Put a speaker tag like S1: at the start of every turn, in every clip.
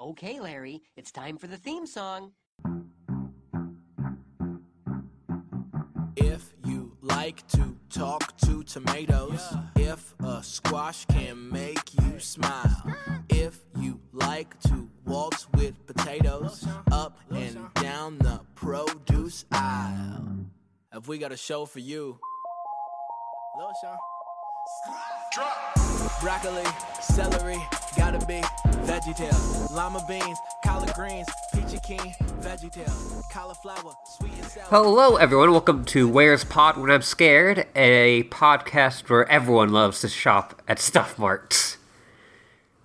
S1: Okay, Larry, it's time for the theme song.
S2: If you like to talk to tomatoes, if a squash can make you smile, if you like to waltz with potatoes, up and down the produce aisle. Have we got a show for you? Broccoli, celery, gotta be veggie tales. Lima beans, collard greens, peachy keen, veggie tales. Cauliflower, sweet and sour.
S3: Hello, everyone. Welcome to Where's Pot When I'm Scared, a podcast where everyone loves to shop at Stuff Marts.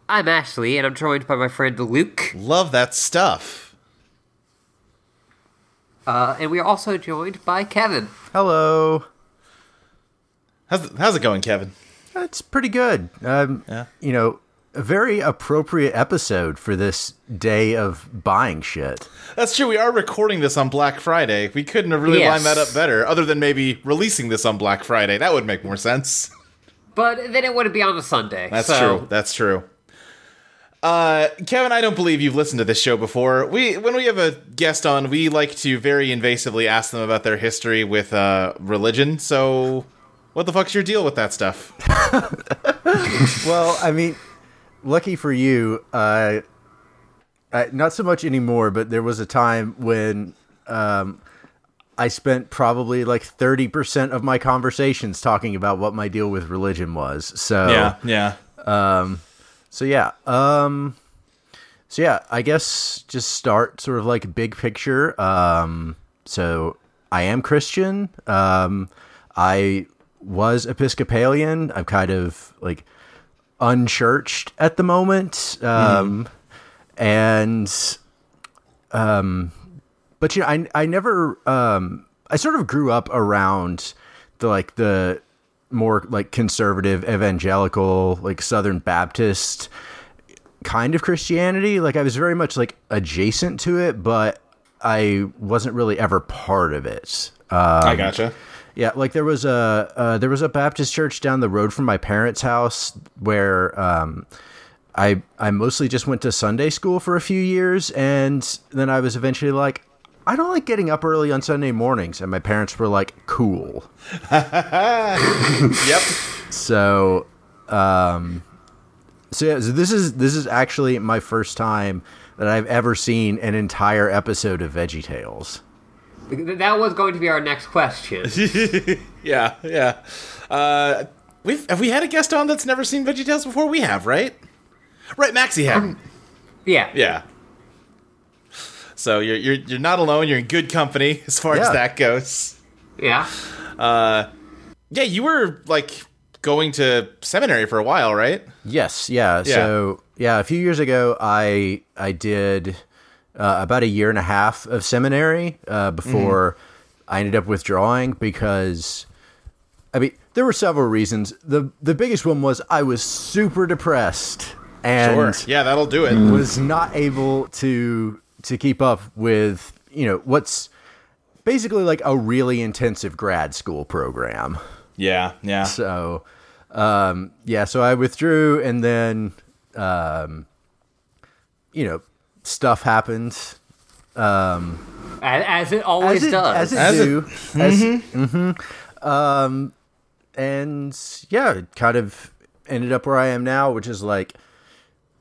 S3: I'm Ashley, and I'm joined by my friend Luke,
S4: Love that stuff.
S3: uh, and we are also joined by Kevin.
S5: Hello.
S4: How's, how's it going, Kevin?
S5: That's pretty good. Um,
S4: Yeah.
S5: You know, a very appropriate episode for this day of buying shit.
S4: That's true. We are recording this on Black Friday. We couldn't have really
S3: Yes.
S4: lined that up better, other than maybe releasing this on Black Friday. That would make more sense.
S3: But then it wouldn't be on a Sunday.
S4: That's
S3: so-
S4: true. That's true. Uh, Kevin, I don't believe you've listened to this show before. We, when we have a guest on, we like to very invasively ask them about their history with uh, religion. So, what the fuck's your deal with that stuff?
S5: Well, I mean, lucky for you, uh, uh, not so much anymore, but there was a time when um, I spent probably like 30% of my conversations talking about what my deal with religion was. So,
S4: yeah.
S5: So yeah, um so yeah, I guess just start sort of like big picture. Um so I am Christian. Um I was Episcopalian. I'm kind of like unchurched at the moment. Um and um but you know, I I never um I sort of grew up around the like the more like conservative evangelical like southern baptist kind of christianity like i was very much like adjacent to it but i wasn't really ever part of it
S4: I gotcha.
S5: yeah, like there was a uh, there was a Baptist church down the road from my parents' house where um, I I mostly just went to Sunday school for a few years, and then I was eventually like, I don't like getting up early on Sunday mornings, and my parents were like, cool.
S4: Yep.
S5: So, um, so yeah, so this is this is actually my first time that I've ever seen an entire episode of Veggie Tales.
S3: Th- That was going to be our next question.
S4: Yeah, yeah. Uh, we've have we had a guest on that's never seen VeggieTales before? We have, right? Right, Maxie had.
S5: Um,
S3: yeah.
S4: yeah. So you're you're you're not alone. You're in good company as far as
S5: Yeah.
S4: that goes.
S3: Yeah.
S4: Yeah, you were like going to seminary for a while, right?
S5: Yes, yeah. So yeah, a few years ago, I I did uh, about a year and a half of seminary uh, before I ended up withdrawing because I mean there were several reasons. the The biggest one was I was super depressed and Mm.
S4: Yeah, that'll do it.
S5: was not able to to keep up with you know what's basically like a really intensive grad school program.
S4: Yeah, yeah.
S5: So, um, yeah, so I withdrew, and then, um, you know, stuff happened
S3: A- As, it always
S5: as it,
S3: does.
S5: as it
S4: As it- Mm-hmm.
S5: do. as- mhm. Um, and yeah, it kind of ended up where I am now, which is like,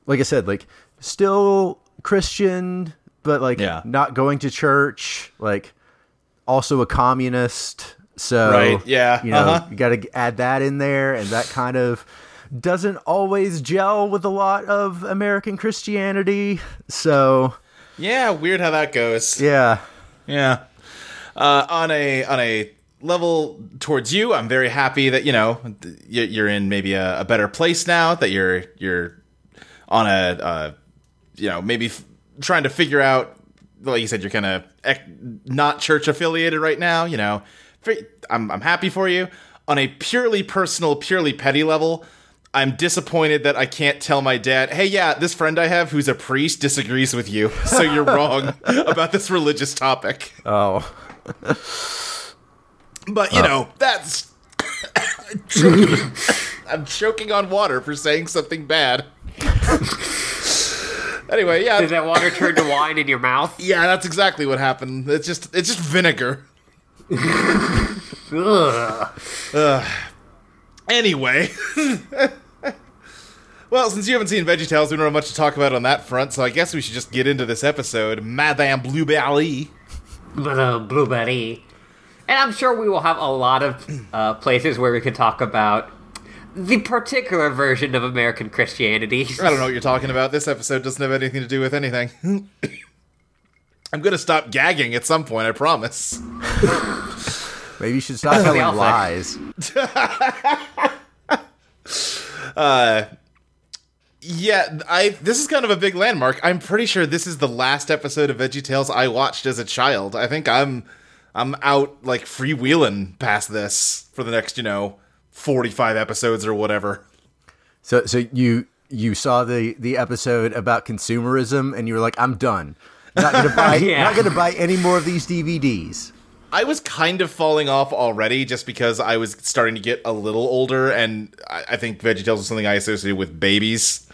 S5: like I said, like still Christian, but like
S4: Yeah.
S5: not going to church, like also a communist. So
S4: Right, yeah,
S5: you know,
S4: uh-huh.
S5: you got to add that in there, and that kind of doesn't always gel with a lot of American Christianity. So
S4: Yeah, weird how that goes.
S5: yeah,
S4: Yeah. Uh, on a on a level towards you, I'm very happy that you know th- y- you're in maybe a, a better place now. That you're you're on a uh, you know maybe f- trying to figure out. Like you said, you're kind of ec- not church affiliated right now. You know, Fi- I'm I'm happy for you. On a purely personal, purely petty level. I'm disappointed that I can't tell my dad, hey, yeah, this friend I have who's a priest disagrees with you, so you're wrong about this religious topic.
S5: oh.
S4: But you know, that's choking. I'm choking on water for saying something bad. Anyway,
S3: Did
S4: yeah,
S3: that water turn to wine in your mouth?
S4: yeah, that's exactly what happened. It's just it's just vinegar.
S3: Ugh.
S4: Anyway. Well, since you haven't seen VeggieTales, we don't have much to talk about on that front, so I guess we should just get into this episode, Madame Blueberry.
S3: But, uh, blueberry. And I'm sure we will have a lot of uh, places where we can talk about the particular version of American Christianity.
S4: I don't know what you're talking about. This episode doesn't have anything to do with anything. I'm gonna stop gagging at some point, I promise.
S5: Maybe you should stop
S3: the
S5: telling
S3: outfit.
S5: lies.
S4: Yeah, I this is kind of a big landmark. I'm pretty sure this is the last episode of VeggieTales I watched as a child. I think I'm I'm out like freewheeling past this for the next, you know, 45 episodes or whatever.
S5: So, so you you saw the the episode about consumerism, and you were like, "I'm done. Not gonna buy.
S3: Yeah.
S5: Not gonna buy any more of these DVDs."
S4: I was kind of falling off already just because I was starting to get a little older, and I, I think VeggieTales was something I associated with babies.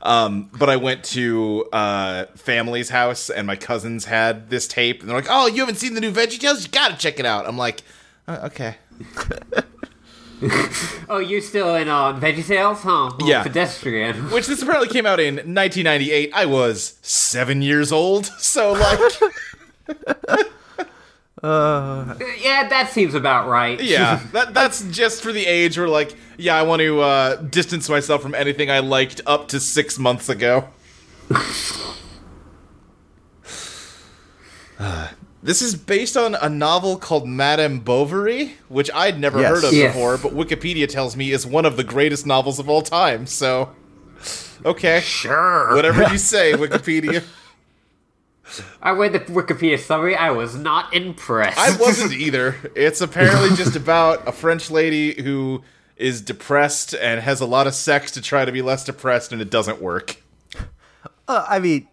S4: Um, but I went to uh, family's house, and my cousins had this tape, and they're like, "Oh, you haven't seen the new VeggieTales? You gotta check it out." I'm like, "Uh, "Okay,
S3: Oh, you're still in uh, VeggieTales? Huh? Oh,
S4: Yeah.
S3: Pedestrian.
S4: Which this apparently came out in 1998. I was seven years old, so like,
S3: yeah, that seems about right.
S4: yeah, that that's just for the age where like, yeah, I want to uh, distance myself from anything I liked up to six months ago. Uh, This is based on a novel called Madame Bovary, which I'd never
S5: Yes.
S4: heard of
S3: Yes.
S4: before, but Wikipedia tells me is one of the greatest novels of all time. So, okay,
S3: Sure.
S4: whatever you say, Wikipedia.
S3: I read the Wikipedia summary. I was not impressed.
S4: I wasn't either. It's apparently just about a French lady who is depressed and has a lot of sex to try to be less depressed, and it doesn't work.
S5: Uh, I mean,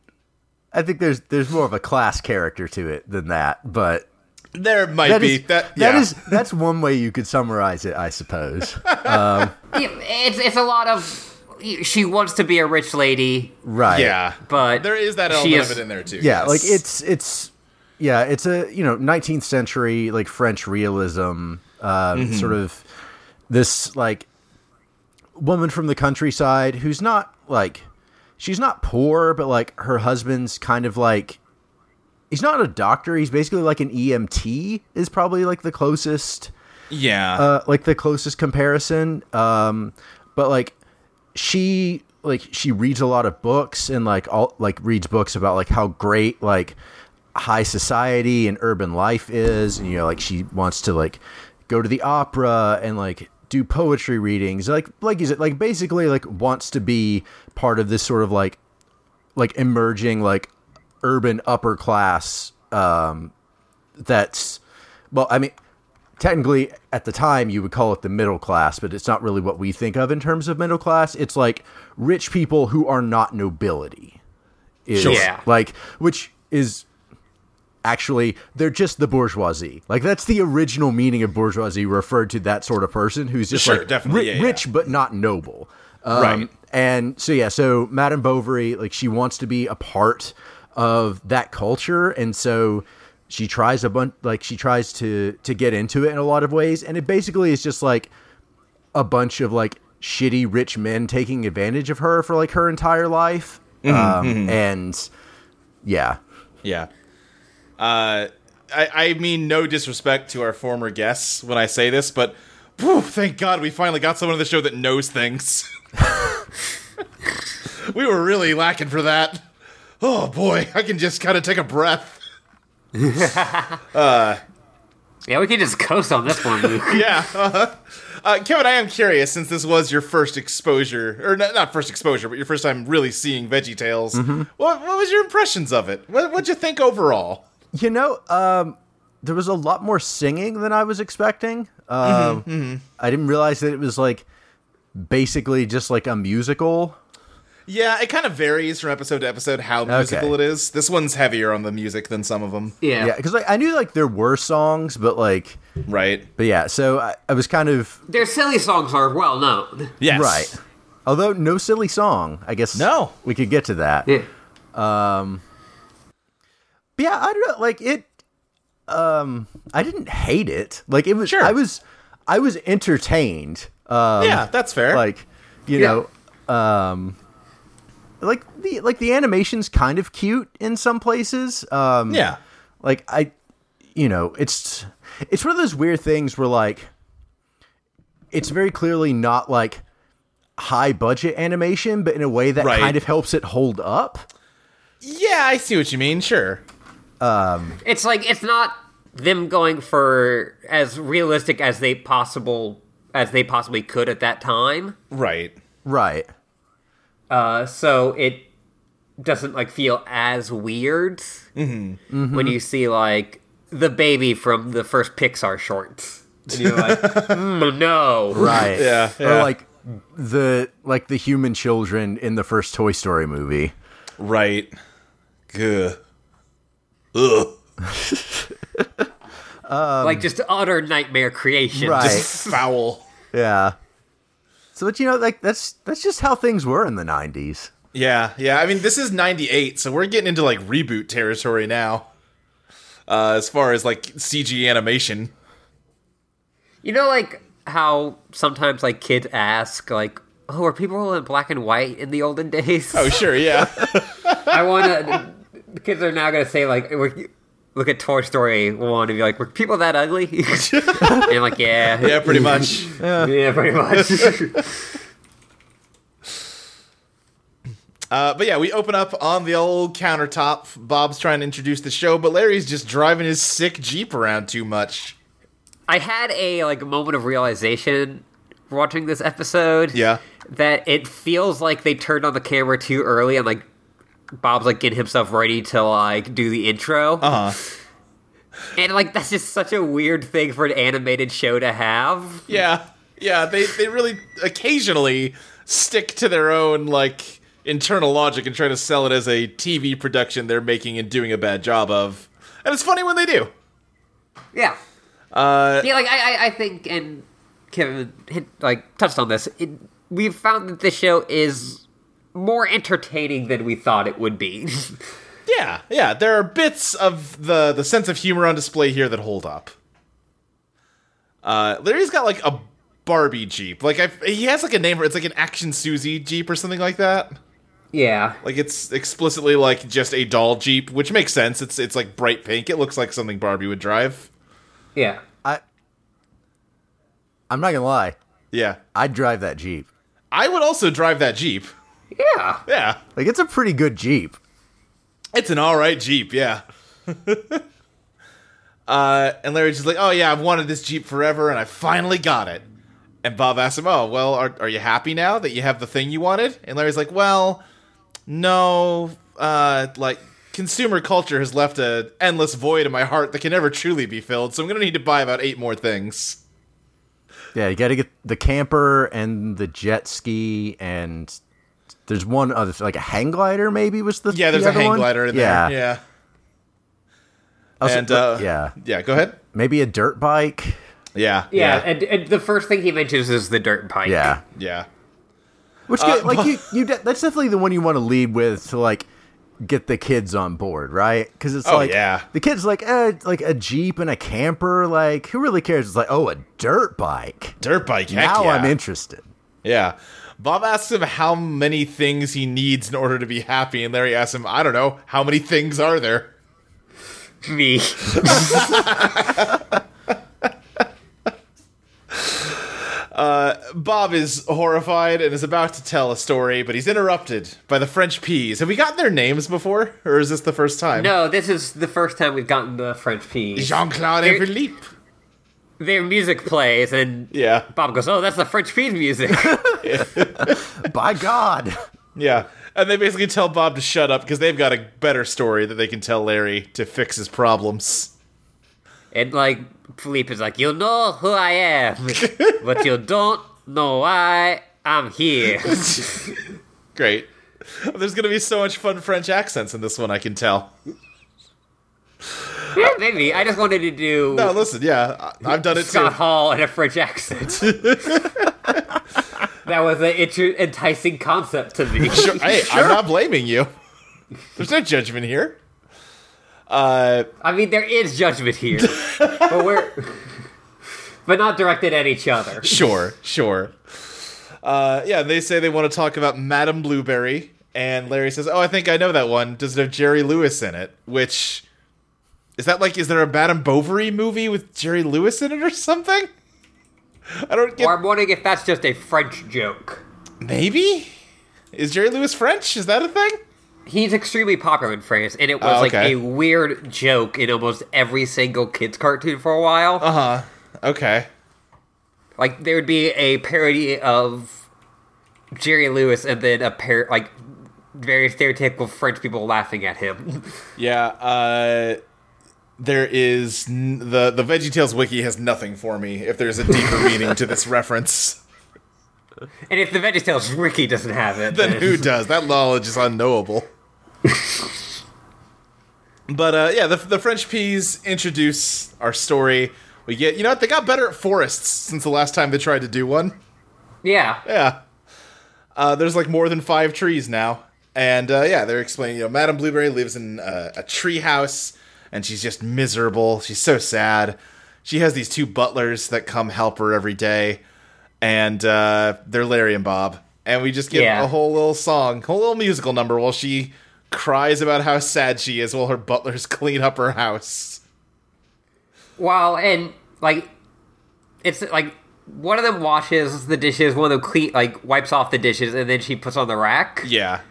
S5: I think there's there's more of a class character to it than that, but
S4: There might
S5: that
S4: be
S5: is
S4: that.
S5: that
S4: yeah.
S5: is- that's one way you could summarize it, I suppose.
S3: Yeah, it's it's a lot of she wants to be a rich lady,
S5: right?
S4: yeah,
S3: but
S4: there is that
S3: she
S4: element
S3: is-
S4: of it in there too.
S5: Yeah,
S4: yes.
S5: like it's it's yeah, it's a you know 19th century like French realism uh, sort of this like woman from the countryside who's not like she's not poor, but like her husband's kind of like he's not a doctor. He's basically like an EMT is probably like the closest
S4: yeah,
S5: uh, like the closest comparison. Um, but like she like she reads a lot of books and like all like reads books about like how great like high society and urban life is and you know like she wants to like go to the opera and like do poetry readings like like is it like basically like wants to be part of this sort of like like emerging like urban upper class um that's well i mean technically at the time you would call it the middle class but it's not really what we think of in terms of middle class it's like rich people who are not nobility is
S4: Sure.
S3: Yeah.
S5: like which is actually they're just the bourgeoisie like that's the original meaning of bourgeoisie referred to that sort of person who's just
S4: Sure,
S5: like
S4: definitely,
S5: ri-
S4: yeah, yeah.
S5: rich but not noble um,
S4: Right.
S5: and so yeah so madame bovary like she wants to be a part of that culture and so she tries a bunch like she tries to to get into it in a lot of ways and it basically is just like a bunch of like shitty rich men taking advantage of her for like her entire life um, and yeah
S4: yeah. Uh, I, I mean no disrespect to our former guests when I say this, but whew, thank God we finally got someone on the show that knows things. we were really lacking for that. Oh boy, I can just kind of take a breath.
S3: yeah, we can just coast on this one. Luke.
S4: yeah. Uh-huh. Uh, Kevin, I am curious since this was your first exposure, or not, not first exposure, but your first time really seeing VeggieTales. What, what was your impressions of it? What, what'd you think overall?
S5: You know, um, there was a lot more singing than I was expecting. Um, I didn't realize that it was like basically just like a musical.
S4: Yeah, it kind of varies from episode to episode how musical it is. This one's heavier on the music than some of them,
S3: yeah.
S5: Yeah, because like I knew like there were songs, but like,
S4: right?
S5: but yeah. So I, I was kind of
S3: their silly songs are well known.
S4: Yes.
S5: right. Although no silly song, I guess.
S4: No.
S5: we could get to that.
S3: Yeah,
S5: Um, but yeah, I don't know. Like it, um, I didn't hate it. Like it was,
S4: Sure.
S5: I was, I was entertained. Um,
S4: yeah, that's fair.
S5: like you
S3: Yeah.
S5: know, um, like the like the animation's kind of cute in some places. Um,
S4: yeah,
S5: like i you know it's it's one of those weird things where like it's very clearly not like high budget animation but in a way that
S4: Right.
S5: kind of helps it hold up
S4: yeah, I see what you mean. Sure.
S3: It's like it's not them going for as realistic as they possible as they possibly could at that time.
S4: Right.
S5: right
S3: Uh, so it doesn't like feel as weird when you see like the baby from the first Pixar shorts. And you're like, mm, no,
S5: right
S4: Yeah,
S5: or
S4: yeah.
S5: like the like the human children in the first toy story movie
S4: Right. Gah. Ugh.
S3: like just utter nightmare creation.
S5: Right.
S4: Just foul.
S5: yeah so but you know like that's that's just how things were in the 90s
S4: Yeah, yeah. I mean, this is 98, so we're getting into like reboot territory now. Uh, as far as like CG animation.
S3: You know, like how sometimes like kids ask, like, "Oh, were people in black and white in the olden days?"
S4: Oh, sure, yeah.
S3: I want to. The kids are now gonna say like, "Were- "Look at Toy Story one," and be like, "Were people that ugly?" and I'm like, "Yeah,
S4: yeah, pretty much.
S3: yeah, pretty much."
S4: Uh, but yeah, we open up on the old countertop. Bob's trying to introduce the show, but Larry's just driving his sick Jeep around too much.
S3: I had a like moment of realization watching this episode.
S4: Yeah.
S3: that it feels like they turned on the camera too early and like. Bob's like getting himself ready to like do the intro.
S4: Uh huh.
S3: And like that's just such a weird thing for an animated show to have.
S4: Yeah. Yeah, they, they really occasionally stick to their own, like, internal logic and try to sell it as a TV production they're making and doing a bad job of. And it's funny when they do.
S3: Yeah.
S4: Uh,
S3: Yeah, like I, I, I think, and Kevin hit, like touched on this. It, we've found that this show is more entertaining than we thought it would be.
S4: yeah, yeah. There are bits of the, the sense of humor on display here that hold up. Uh, Larry's got, like, a Barbie Jeep. Like, i he has, like, a name for it. It's, like, an Action Susie Jeep or something like that.
S3: yeah,
S4: Like it's explicitly like just a doll Jeep, which makes sense. It's it's like bright pink. It looks like something Barbie would drive.
S3: yeah.
S5: i i'm not gonna lie
S4: Yeah.
S5: i'd drive that jeep
S4: I would also drive that Jeep.
S3: Yeah,
S4: Yeah.
S5: like it's a pretty good jeep
S4: It's an all right Jeep, yeah. uh, and Larry's just like, oh, yeah, I've wanted this Jeep forever, and I finally got it. And Bob asks him, oh, well, are, are you happy now that you have the thing you wanted? And Larry's like, well, no, uh, like, consumer culture has left a endless void in my heart that can never truly be filled, so I'm going to need to buy about eight more things.
S5: Yeah, you got to get the camper and the jet ski, and there's one other, like a hang glider, maybe was the
S4: Yeah, there's
S5: the
S4: a
S5: other
S4: hang
S5: one?
S4: glider in
S5: yeah.
S4: there. Yeah.
S5: Also-
S4: And, uh,
S5: yeah,
S4: Yeah, go ahead.
S5: maybe a dirt bike.
S4: Yeah.
S3: yeah. And, and the first thing he mentions is the dirt bike.
S5: Yeah,
S4: Yeah.
S5: which
S4: Uh,
S5: get- like you, you de- that's definitely the one you want to lead with to like get the kids on board, right? Because it's
S4: Oh,
S5: like
S4: yeah.
S5: the kids like eh, like a jeep and a camper, like who really cares? It's like oh, a dirt bike.
S4: Dirt bike. Heck
S5: now
S4: yeah.
S5: I'm interested.
S4: Yeah. Bob asks him how many things he needs in order to be happy, and Larry asks him, I don't know, how many things are there?
S3: me.
S4: Bob is horrified and is about to tell a story, but he's interrupted by the French peas. Have we gotten their names before? Or is this the first time?
S3: No, this is the first time we've gotten the French peas.
S4: Jean Claude and Philippe.
S3: Their music plays, and
S4: Yeah.
S3: Bob goes, "Oh, that's the French peas music."
S5: By God,
S4: Yeah. And they basically tell Bob to shut up because they've got a better story that they can tell Larry to fix his problems.
S3: And like Philippe is like, you know who I am, but you don't know why I'm here.
S4: Great. There's going to be so much fun French accents in this one, I can tell.
S3: Yeah, Maybe I just wanted to do
S4: No, listen, yeah, I- I've done it too.
S3: Scott Hall in a French accent. that was an intru- enticing concept to me.
S4: Sure. Hey, I'm not blaming you. There's no judgment here. Uh,
S3: I mean, there is judgment here, but we're but not directed at each other.
S4: sure, sure. Uh, yeah, they say they want to talk about Madame Blueberry, and Larry says, "Oh, I think I know that one. Does it have Jerry Lewis in it?" Which is that like? Is there a Madame Bovary movie with Jerry Lewis in it or something? I don't get.
S3: Or I'm wondering if that's just a French joke.
S4: Maybe is Jerry Lewis French? Is that a thing?
S3: He's extremely popular in France, and it was
S4: Oh,
S3: like
S4: okay.
S3: a weird joke in almost every single kids cartoon for a while.
S4: Uh huh. Okay.
S3: Like there would be a parody of Jerry Lewis, and then a pair like very stereotypical French people laughing at him.
S4: Yeah, uh, there is n- the the VeggieTales wiki has nothing for me if there's a deeper meaning to this reference.
S3: and if the VeggieTales Ricky doesn't have it,
S4: Then who does? That knowledge is unknowable. but uh, yeah, the the French peas introduce our story. We get you know what they got better at forests since the last time they tried to do one.
S3: Yeah,
S4: Yeah. Uh, there's like more than five trees now. And uh, yeah, they're explaining, you know, Madame Blueberry lives in uh, a tree house and she's just miserable. She's so sad. She has these two butlers that come help her every day. And uh, they're Larry and Bob. And we just get
S3: Yeah.
S4: a whole little song, whole little musical number while she cries about how sad she is while her butlers clean up her house.
S3: Well, and like, it's like one of them washes the dishes, one of them clean, like wipes off the dishes, and then she puts on the rack,
S4: Yeah.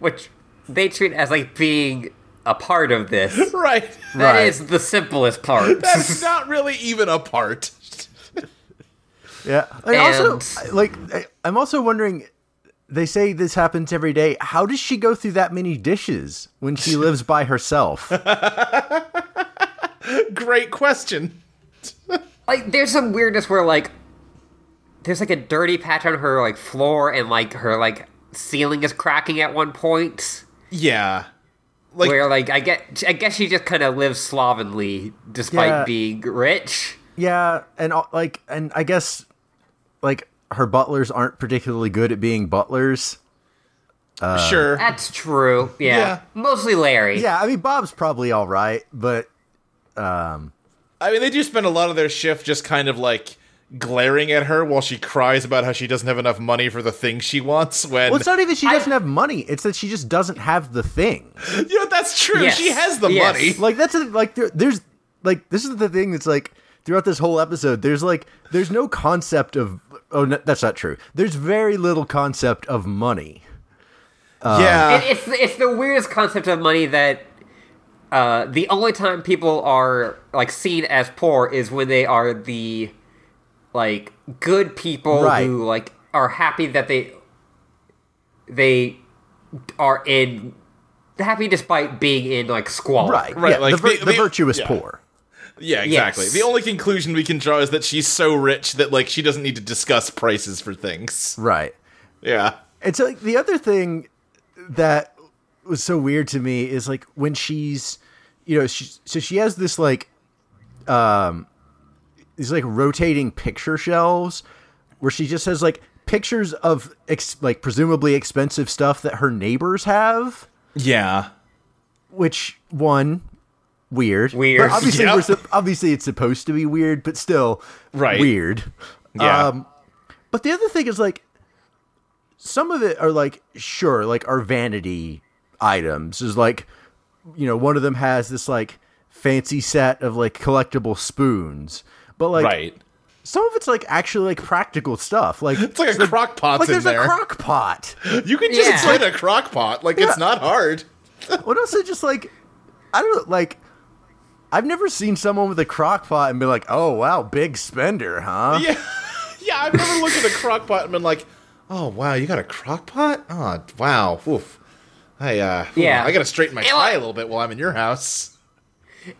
S3: which they treat as like being a part of this.
S4: Right.
S3: That
S5: Right.
S3: is the simplest part.
S4: That's not really even a part.
S5: Yeah. I
S3: And-
S5: also like I, I'm also wondering they say this happens every day. How does she go through that many dishes when she lives by herself?
S4: Great question.
S3: like, there's some weirdness where like, there's like a dirty patch on her like floor, and like her like ceiling is cracking at one point.
S4: Yeah. Like
S3: where like I get, I guess she just kind of lives slovenly despite
S5: Yeah.
S3: being rich.
S5: yeah, and uh, like and I guess like her butlers aren't particularly good at being butlers.
S4: sure.
S3: That's true. Yeah.
S4: Yeah.
S3: Mostly Larry.
S5: Yeah, I mean Bob's probably all right, but
S4: I mean, they do spend a lot of their shift just kind of like glaring at her while she cries about how she doesn't have enough money for the thing she wants. When
S5: well, it's not even she
S3: I-
S5: doesn't have money. It's that she just doesn't have the thing.
S4: you know that's true.
S3: Yes.
S4: She has the
S3: Yes.
S4: money.
S5: Like that's a, like there, there's like this is the thing that's like throughout this whole episode. There's like there's no concept of oh no, that's not true. There's very little concept of money.
S4: yeah,
S3: It, it's it's the weirdest concept of money that uh, the only time people are like seen as poor is when they are the like good people
S5: Right.
S3: who like are happy that they they are in happy despite being in like squalor.
S5: Right,
S4: Right,
S5: Yeah,
S4: like
S5: the, vir-
S4: the-
S5: the
S4: the-
S5: virtuous
S4: yeah.
S5: poor.
S4: yeah, exactly.
S3: yes.
S4: The only conclusion we can draw is that she's so rich that like she doesn't need to discuss prices for things.
S5: Right.
S4: Yeah,
S5: And so like, the other thing that was so weird to me is like when she's, you know, she, so she has this like, um, these like rotating picture shelves where she just has like pictures of ex- like presumably expensive stuff that her neighbors have,
S4: yeah,
S5: which one weird,
S3: Weird.
S5: But obviously,
S4: Yep.
S5: we're, sup- obviously it's supposed to be weird, but still
S4: Right.
S5: weird.
S4: yeah.
S5: Um, but the other thing is like some of it are like sure, like our vanity items is like you know, one of them has this like fancy set of like collectible spoons. But like
S4: right.
S5: some of it's like actually like practical stuff. Like
S4: It's like a crock pot's
S5: like
S4: in
S5: there's
S4: there.
S5: a crock pot.
S4: you can just
S3: Yeah.
S4: explain a crock pot. Like it's not hard.
S5: what else is just like I don't know, like I've never seen someone with a crock pot and be like, oh wow, big spender, huh?
S4: Yeah, yeah. I've never looked at a crock pot and been like, "Oh wow, you got a crock pot? Oh wow, oof. I uh,
S3: Yeah.
S4: I gotta straighten my
S3: It wa-
S4: tie a little bit while I'm in your house.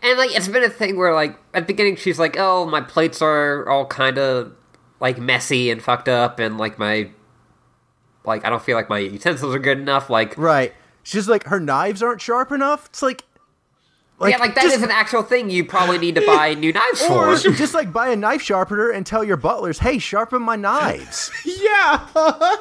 S3: And like it's been a thing where like at the beginning she's like, "Oh, my plates are all kind of like messy and fucked up and like my like I don't feel like my utensils are good enough." Like
S5: Right. She's like, her knives aren't sharp enough. It's like,
S3: yeah, like that is
S5: just,
S3: an actual thing you probably need to buy new knives for.
S5: or just like buy a knife sharpener and tell your butlers, hey, sharpen my knives.
S4: Yeah,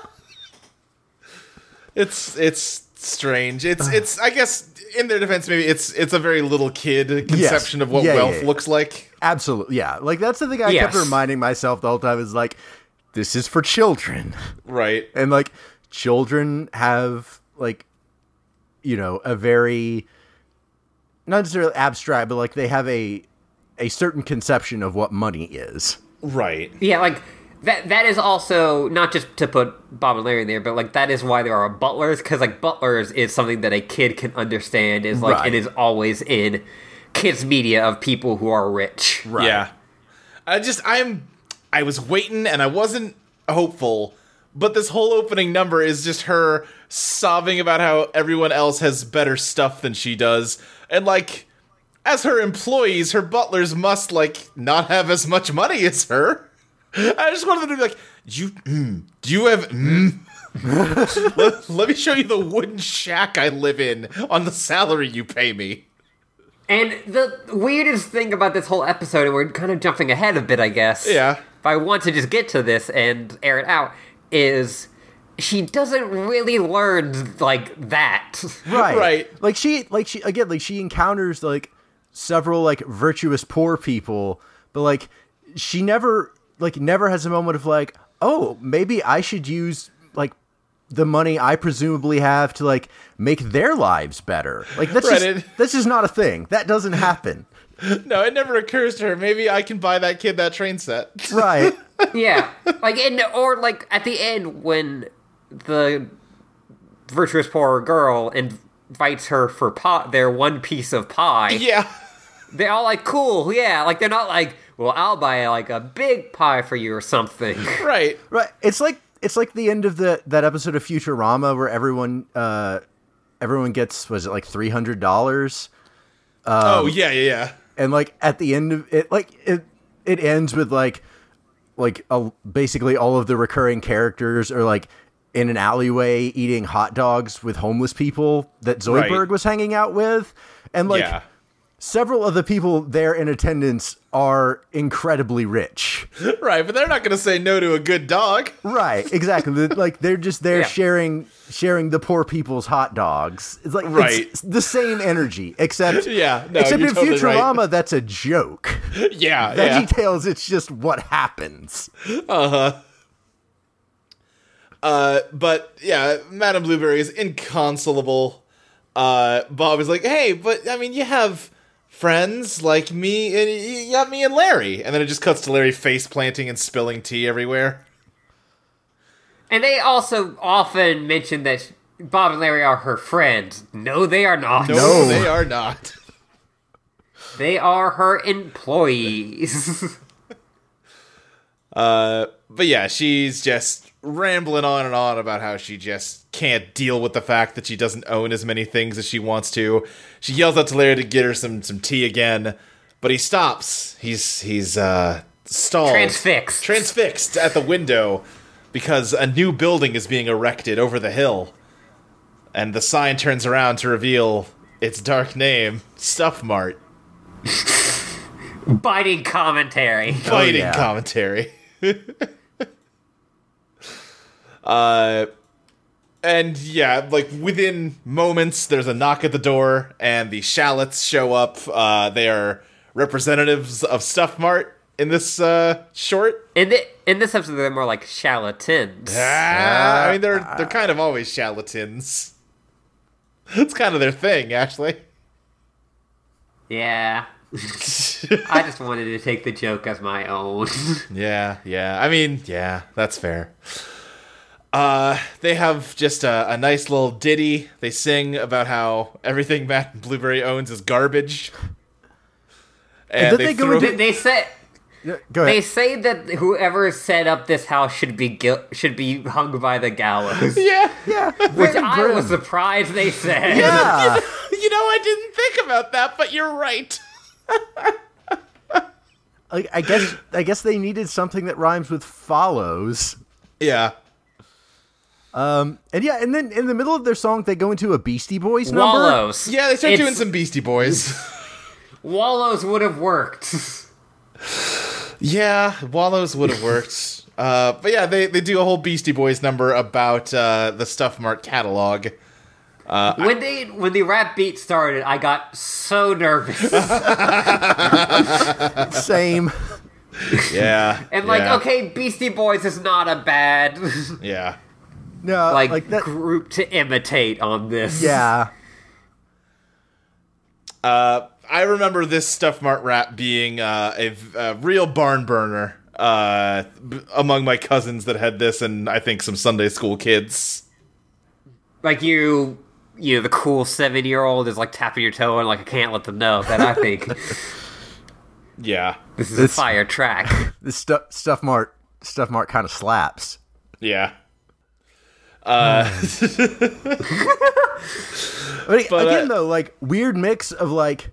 S4: it's it's strange. It's it's I guess in their defense maybe it's it's a very little kid conception of what
S5: Yeah, yeah,
S4: wealth
S5: yeah.
S4: looks like.
S5: Absolutely. Yeah. Like that's the thing I kept
S3: Yes.
S5: reminding myself the whole time is like, this is for children.
S4: Right.
S5: And like children have like you know, a very not necessarily abstract, but like they have a a certain conception of what money is.
S4: Right.
S3: Yeah, like that. That is also not just to put Bob and Larry in there, but like that is why there are butlers because like butlers is something that a kid can understand. Is like
S5: Right.
S3: it is always in kids media of people who are rich.
S5: Right.
S4: Yeah. I just I'm I was waiting and I wasn't hopeful, but this whole opening number is just her sobbing about how everyone else has better stuff than she does. And like as her employees, her butlers must like not have as much money as her. I just wanted them to be like, you mm, do you have mm? let, let me show you the wooden shack I live in on the salary you pay me.
S3: And the weirdest thing about this whole episode, and we're kind of jumping ahead a bit, I guess.
S4: Yeah.
S3: If I want to just get to this and air it out, is she doesn't really learn like that.
S5: right
S4: Right.
S5: like she like she again like she encounters like several like virtuous poor people but like she never like never has a moment of like oh maybe i should use like the money i presumably have to like make their lives better like that's
S4: Right,
S5: just,
S4: it-
S5: that's just not a thing that doesn't happen
S4: No, it never occurs to her. Maybe I can buy that kid that train set.
S5: right
S3: yeah. Like and or like at the end when the virtuous poor girl invites her for pot their one piece of pie.
S4: Yeah.
S3: They're all like, cool, yeah. Like they're not like, well, I'll buy like a big pie for you or something.
S4: Right.
S5: Right. It's like it's like the end of the that episode of Futurama where everyone uh everyone gets was it like three hundred dollars
S4: oh, yeah, yeah, yeah.
S5: and like at the end of it like it it ends with like like a, basically all of the recurring characters are like in an alleyway eating hot dogs with homeless people that Zoidberg
S4: Right.
S5: was hanging out with and like
S4: yeah.
S5: several of the people there in attendance are incredibly rich.
S4: Right, but they're not going to say no to a good dog.
S5: Right, exactly. The- like they're just there
S3: Yeah.
S5: sharing sharing the poor people's hot dogs. It's like it's
S4: Right.
S5: the same energy, except
S4: Yeah, no,
S5: except
S4: you're
S5: in
S4: totally right.
S5: Futurama that's a joke.
S4: Yeah,
S5: Veggie
S4: yeah.
S5: Tales, it's just what happens.
S4: Uh, but yeah, Madame Blueberry is inconsolable. Uh, Bob is like, hey, but I mean, you have friends like me, and y- you got me and Larry. And then it just cuts to Larry face planting and spilling tea everywhere.
S3: And they also often mention that Bob and Larry are her friends. No, they are not.
S5: No.
S4: they are not.
S3: They are her employees.
S4: But yeah, she's just rambling on and on about how she just can't deal with the fact that she doesn't own as many things as she wants to. She yells out to Larry to get her some some tea again, but he stops. He's he's uh stalled.
S3: Transfixed.
S4: Transfixed at the window because a new building is being erected over the hill. And the sign turns around to reveal its dark name, Stuff Mart.
S3: Biting commentary.
S4: biting
S5: yeah.
S4: commentary. uh, and yeah, like within moments, there's a knock at the door, and the shallots show up. Uh, they are representatives of Stuff Mart in this uh, short.
S3: In, the, in this episode, they're more like charlatans.
S4: Ah, I mean, they're they're kind of always charlatans. That's kind of their thing, actually.
S3: Yeah. I just wanted to take the joke as my own.
S4: Yeah, yeah. I mean, yeah, that's fair. Uh, they have just a, a nice little ditty. They sing about how everything Matt and Blueberry owns is garbage. And,
S5: then
S4: they,
S5: they go
S4: throw,
S5: into-
S3: they say
S5: Go
S3: they
S5: ahead.
S3: say that whoever set up this house should be guil- should be hung by the gallows,
S4: yeah,
S5: yeah,
S3: which
S5: very
S3: I
S5: grim.
S3: was surprised they said.
S5: yeah.
S4: you know, I didn't think about that, but you're right.
S5: like, I guess I guess they needed something that rhymes with follows.
S4: Yeah,
S5: And yeah, and then in the middle of their song they go into a Beastie Boys number.
S3: Wallows.
S4: yeah. They start
S3: It's-
S4: doing some Beastie Boys.
S3: Wallows would have worked.
S4: Yeah, Wallows would have worked. uh, but yeah, they, they do a whole Beastie Boys number about uh, the Stuff Mart catalog.
S3: when they when the rap beat started, I got so nervous.
S5: Same.
S4: Yeah.
S3: And like,
S4: yeah,
S3: okay, Beastie Boys is not a bad
S4: Yeah.
S5: No,
S3: like,
S5: like, that.
S3: group to imitate on this.
S5: yeah.
S4: I remember this stuff mart rap being uh, a, v- a real barn burner uh, b- among my cousins that had this, and I think some Sunday school kids.
S3: Like you you know, the cool seven year old is like tapping your toe and like I can't let them know that I think
S4: Yeah,
S3: this is a fire track.
S5: This stuff stuff mart stuff mart kind of slaps.
S4: yeah,
S5: But,
S4: But,
S5: again,
S4: uh,
S5: though, like weird mix of like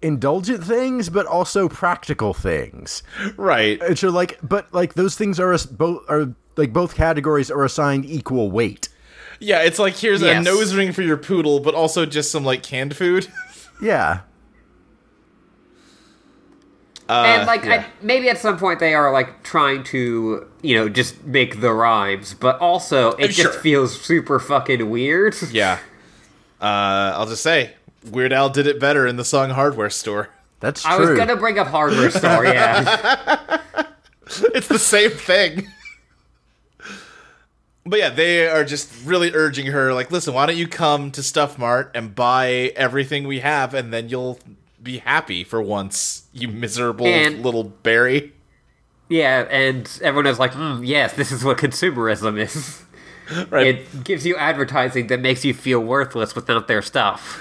S5: indulgent things, but also practical things.
S4: right.
S5: Which are like, but like those things are both are like both categories are assigned equal weight.
S4: Yeah, it's like here's a
S3: Yes.
S4: nose ring for your poodle, but also just some like canned food.
S5: Yeah,
S3: and like
S4: Uh, yeah.
S3: I, maybe at some point they are like trying to, you know, just make the rhymes, but also it
S4: Uh, Sure.
S3: just feels super fucking weird.
S4: yeah, uh, I'll just say Weird Al did it better in the song Hardware Store.
S5: that's true.
S3: I was gonna bring up hardware store, yeah.
S4: it's the same thing. But yeah, they are just really urging her, like, listen, why don't you come to Stuff Mart and buy everything we have, and then you'll be happy for once, you miserable
S3: And-
S4: little berry.
S3: Yeah, and everyone is like, mm, yes, this is what consumerism is.
S4: Right.
S3: It gives you advertising that makes you feel worthless without their stuff.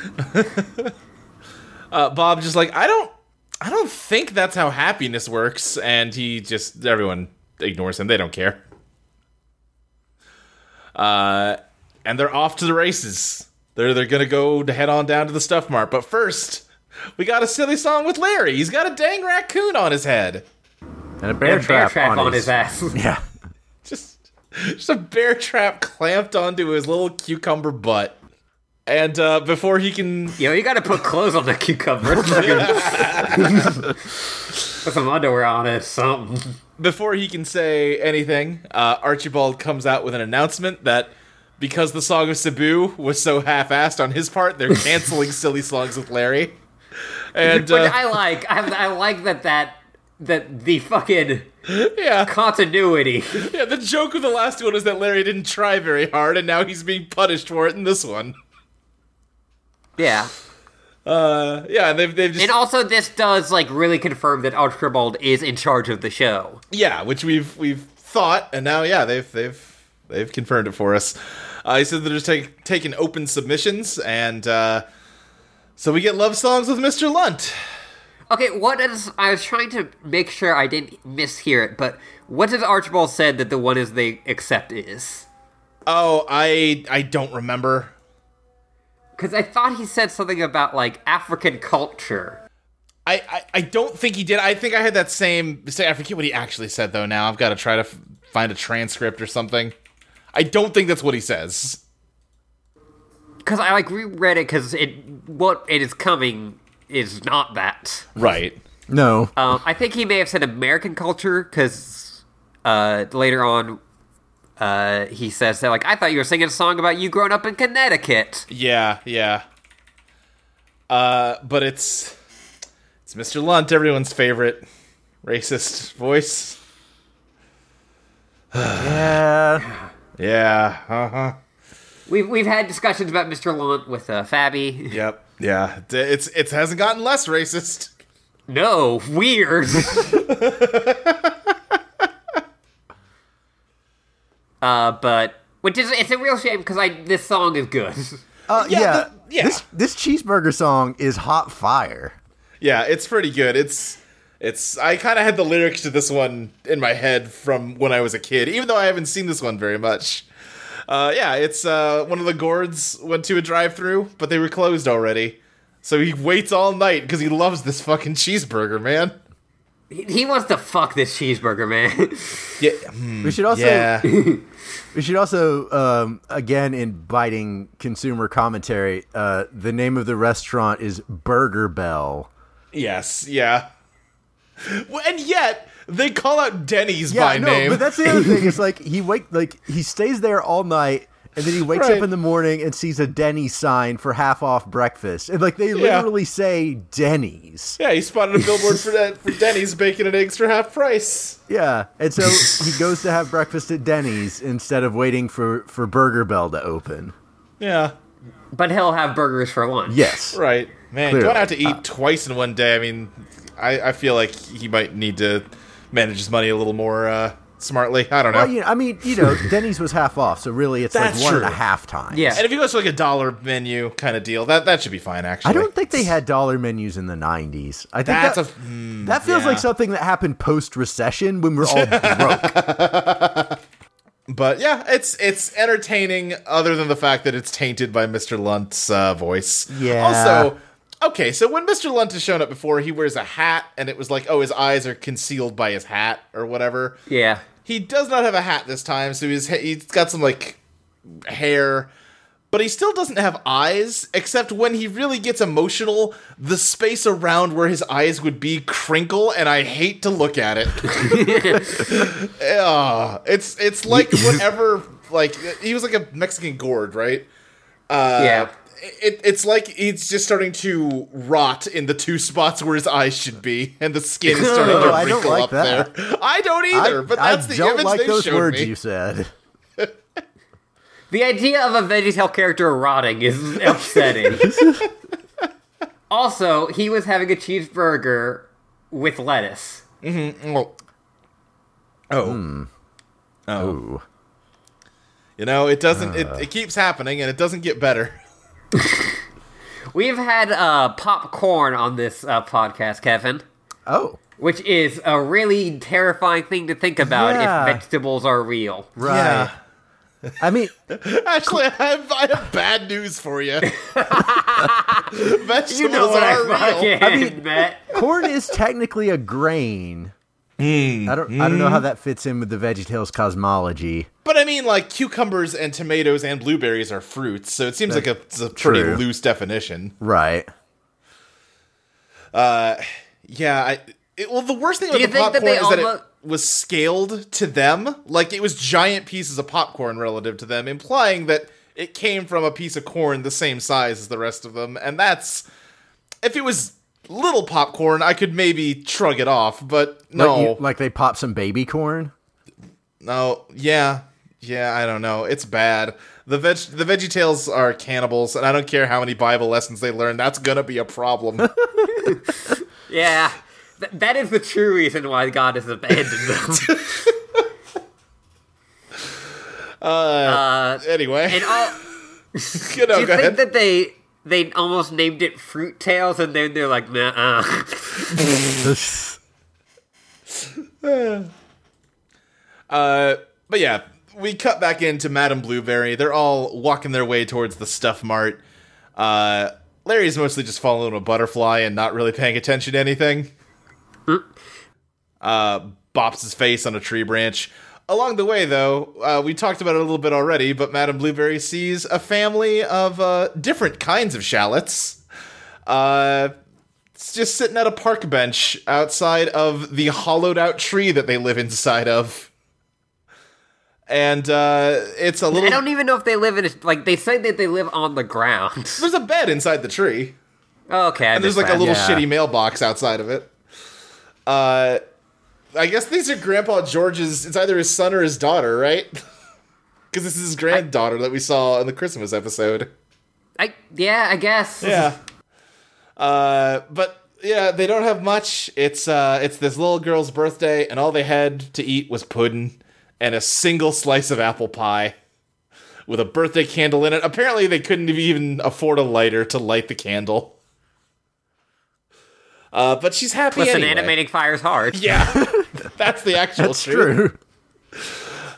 S4: Uh, Bob just like, I don't, I don't think that's how happiness works, and he just everyone ignores him. They don't care. Uh, and they're off to the races. They're they're gonna go to head on down to the stuff mart, but first. We got a silly song with Larry. He's got a dang raccoon on his head.
S5: and a bear,
S3: Bear
S5: trap, on,
S3: on
S5: his,
S3: his ass.
S5: Yeah,
S4: Just, just a bear trap clamped onto his little cucumber butt. And uh, before he can
S3: Yo, you gotta put clothes on the cucumber. Put some underwear on it, something.
S4: before he can say anything, uh, Archibald comes out with an announcement that because the Song of Cebu was so half-assed on his part, they're canceling silly songs with Larry. And
S3: Which
S4: uh,
S3: I like. I, I like that that that the fucking
S4: yeah,
S3: continuity.
S4: yeah, the joke of the last one is that Larry didn't try very hard, and now he's being punished for it in this one.
S3: Yeah.
S4: Uh, yeah, they've they've just
S3: And also this does like really confirm that Archibald is in charge of the show.
S4: Yeah, which we've we've thought, and now yeah, they've they've they've confirmed it for us. Uh, he said they're just take, taking open submissions, and uh, so we get love songs with Mr. Lunt.
S3: Okay, what is? I was trying to make sure I didn't mishear it, but what does Archibald said that the one is they accept is?
S4: Oh, I I don't remember.
S3: Because I thought he said something about like African culture.
S4: I, I, I don't think he did. I think I had that same. Say, I forget what he actually said though. Now I've got to try to f- find a transcript or something. I don't think that's what he says.
S3: Because I like reread it because it what it is coming is not that.
S4: Right.
S5: no,
S3: Um, I think he may have said American culture because uh, later on. Uh, he says that like I thought you were singing a song about you growing up in Connecticut.
S4: Yeah, yeah. Uh, but it's it's Mr. Lunt, everyone's favorite racist voice.
S5: yeah,
S4: Yeah. Uh huh.
S3: We've we've had discussions about Mr. Lunt with uh, Fabi.
S4: Yep. Yeah. D- It's it hasn't gotten less racist.
S3: No, weird. uh, but which is it's a real shame because I this song is good.
S5: uh, yeah.
S4: the- yeah.
S5: This this cheeseburger song is hot fire.
S4: Yeah, it's pretty good. It's it's I kind of had the lyrics to this one in my head from when I was a kid, even though I haven't seen this one very much. Uh, yeah, it's uh, one of the gourds went to a drive-through, but they were closed already. So he waits all night because he loves this fucking cheeseburger, man.
S3: he, he wants to fuck this cheeseburger, man.
S4: Yeah.
S5: We should also
S4: Yeah.
S5: We should also, um, again, in biting consumer commentary, uh, the name of the restaurant is Burger Bell.
S4: yes. Yeah. Well, and yet they call out Denny's by
S5: no,
S4: name.
S5: but that's the other thing. It's like he wake like he stays there all night And then he wakes
S4: Right.
S5: up in the morning and sees a Denny sign for half off breakfast. And like they
S4: Yeah.
S5: literally say Denny's.
S4: Yeah, he spotted a billboard for that for Denny's bacon and eggs for half price.
S5: Yeah. And so he goes to have breakfast at Denny's instead of waiting for, for Burger Bell to open.
S4: Yeah,
S3: But he'll have burgers for lunch.
S5: Yes.
S4: right. Man,
S5: Clearly.
S4: going out to eat twice in one day. I mean, I, I feel like he might need to manage his money a little more uh, smartly. I don't know.
S5: Well, you know, I mean, you know, Denny's was half off, so really it's
S4: That's
S5: like one and a
S4: true.
S5: half times.
S3: Yeah.
S4: and if he goes to like a dollar menu kind of deal, that that should be fine. Actually,
S5: I don't think they had dollar menus in the '90s. I think
S4: That's
S5: that,
S4: a- mm,
S5: that feels like
S4: yeah.
S5: something that happened post recession when we're all broke.
S4: But yeah, it's it's entertaining, other than the fact that it's tainted by Mr. Lunt's uh, voice.
S5: Yeah.
S4: Also, okay, so when Mr. Lunt has shown up before, he wears a hat, and it was like, oh, his eyes are concealed by his hat or whatever.
S3: Yeah.
S4: He does not have a hat this time, so he's he's got some like hair, but he still doesn't have eyes. Except when he really gets emotional, the space around where his eyes would be crinkle, and I hate to look at it. Ah, it's it's like whatever. Like he was like a Mexican gourd, right? Uh,
S3: yeah.
S4: It, it's like it's just starting to rot in the two spots where his eyes should be, and the skin is starting to
S5: Oh, I don't
S4: wrinkle
S5: like
S4: up
S5: that.
S4: there. I don't either, but
S5: I,
S4: that's
S5: I
S4: the
S5: don't
S4: image
S5: like
S4: they
S5: those
S4: showed
S5: words
S4: me.
S5: you said.
S3: The idea of a VeggieTale character rotting is upsetting. also, he was having a cheeseburger with lettuce.
S4: Oh,
S3: Oh.
S4: Hmm.
S5: Ooh.
S4: you know, it doesn't.
S3: Uh.
S4: It, it keeps happening, and it doesn't get better.
S3: We've had uh, popcorn on this uh, podcast, Kevin,
S5: Oh,
S3: which is a really terrifying thing to think about
S5: Yeah.
S3: if vegetables are real.
S5: right. I mean,
S4: Actually, I have, I have bad news for you. Vegetables
S3: You know what I
S4: are real.
S3: fucking
S5: I mean-
S3: meant.
S5: corn is technically a grain.
S4: Mm,
S5: I don't. I don't know how that fits in with the VeggieTales cosmology.
S4: But I mean, like cucumbers and tomatoes and blueberries are fruits, so it seems like a, it's a pretty
S5: True.
S4: loose definition.
S5: Right.
S4: Yeah, I it, well the worst thing about
S3: you
S4: the
S3: think that
S4: popcorn
S3: they
S4: is
S3: all
S4: that it
S3: look-
S4: was scaled to them. Like it was giant pieces of popcorn relative to them, implying that it came from a piece of corn the same size as the rest of them. And that's if it was little popcorn, I could maybe shrug it off, but no.
S5: Like, you- like they pop some baby corn.
S4: No, yeah, yeah. I don't know. It's bad. The veg, the Veggie Tales are cannibals, and I don't care how many Bible lessons they learn. That's gonna be a problem.
S3: Yeah. Th- that is the true reason why God has abandoned them.
S4: anyway,
S3: and all,
S4: you know,
S3: do you
S4: go
S3: think
S4: ahead.
S3: that they they almost named it Fruit Tales and then they're like, nah.
S4: Uh, but yeah, we cut back into Madame Blueberry. They're all walking their way towards the stuff mart. Uh, Larry's mostly just following a butterfly and not really paying attention to anything.
S3: Mm.
S4: Uh, bops his face on a tree branch. Along the way, though, uh, we talked about it a little bit already, but Madame Blueberry sees a family of uh, different kinds of shallots. Uh, it's just sitting at a park bench outside of the hollowed out tree that they live inside of. And uh, it's a
S3: I
S4: little.
S3: don't even know if they live in a, like they say that they live on the ground.
S4: There's a bed inside the tree.
S3: okay, I
S4: And there's
S3: missed
S4: like
S3: that.
S4: a little
S5: Yeah.
S4: shitty mailbox outside of it. Uh, I guess these are Grandpa George's. It's either his son or his daughter, right? Because this is his granddaughter that we saw in the Christmas episode.
S3: I, yeah, I guess.
S4: Yeah. Uh, but yeah, they don't have much. It's uh, it's this little girl's birthday, and all they had to eat was pudding and a single slice of apple pie with a birthday candle in it. Apparently, they couldn't have even afford a lighter to light the candle. Uh, but she's happy.
S3: Listen,
S4: anyway.
S3: animating fires hard.
S4: Yeah, that's the actual
S5: That's
S4: truth.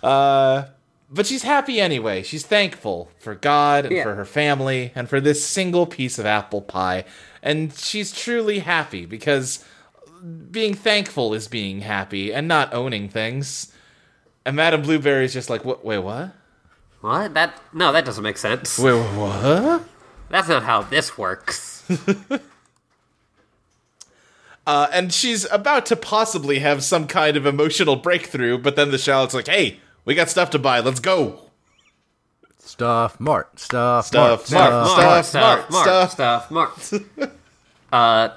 S4: Uh,
S5: true.
S4: But she's happy anyway. She's thankful for God and
S3: Yeah.
S4: for her family and for this single piece of apple pie. And she's truly happy because being thankful is being happy and not owning things. And Madame Blueberry's just like, what? Wait, what?
S3: What? That no, that doesn't make sense.
S4: Wait, what?
S3: That's not how this works.
S4: Uh, and she's about to possibly have some kind of emotional breakthrough, but then the shallot's like, hey, we got stuff to buy. Let's go.
S5: Stuff, Mart. Stuff,
S4: Stuff,
S5: Mart.
S4: Mart, Stuff,
S5: Stuff.
S3: stuff,
S4: Mart,
S3: Mart, stuff, Mart. Uh,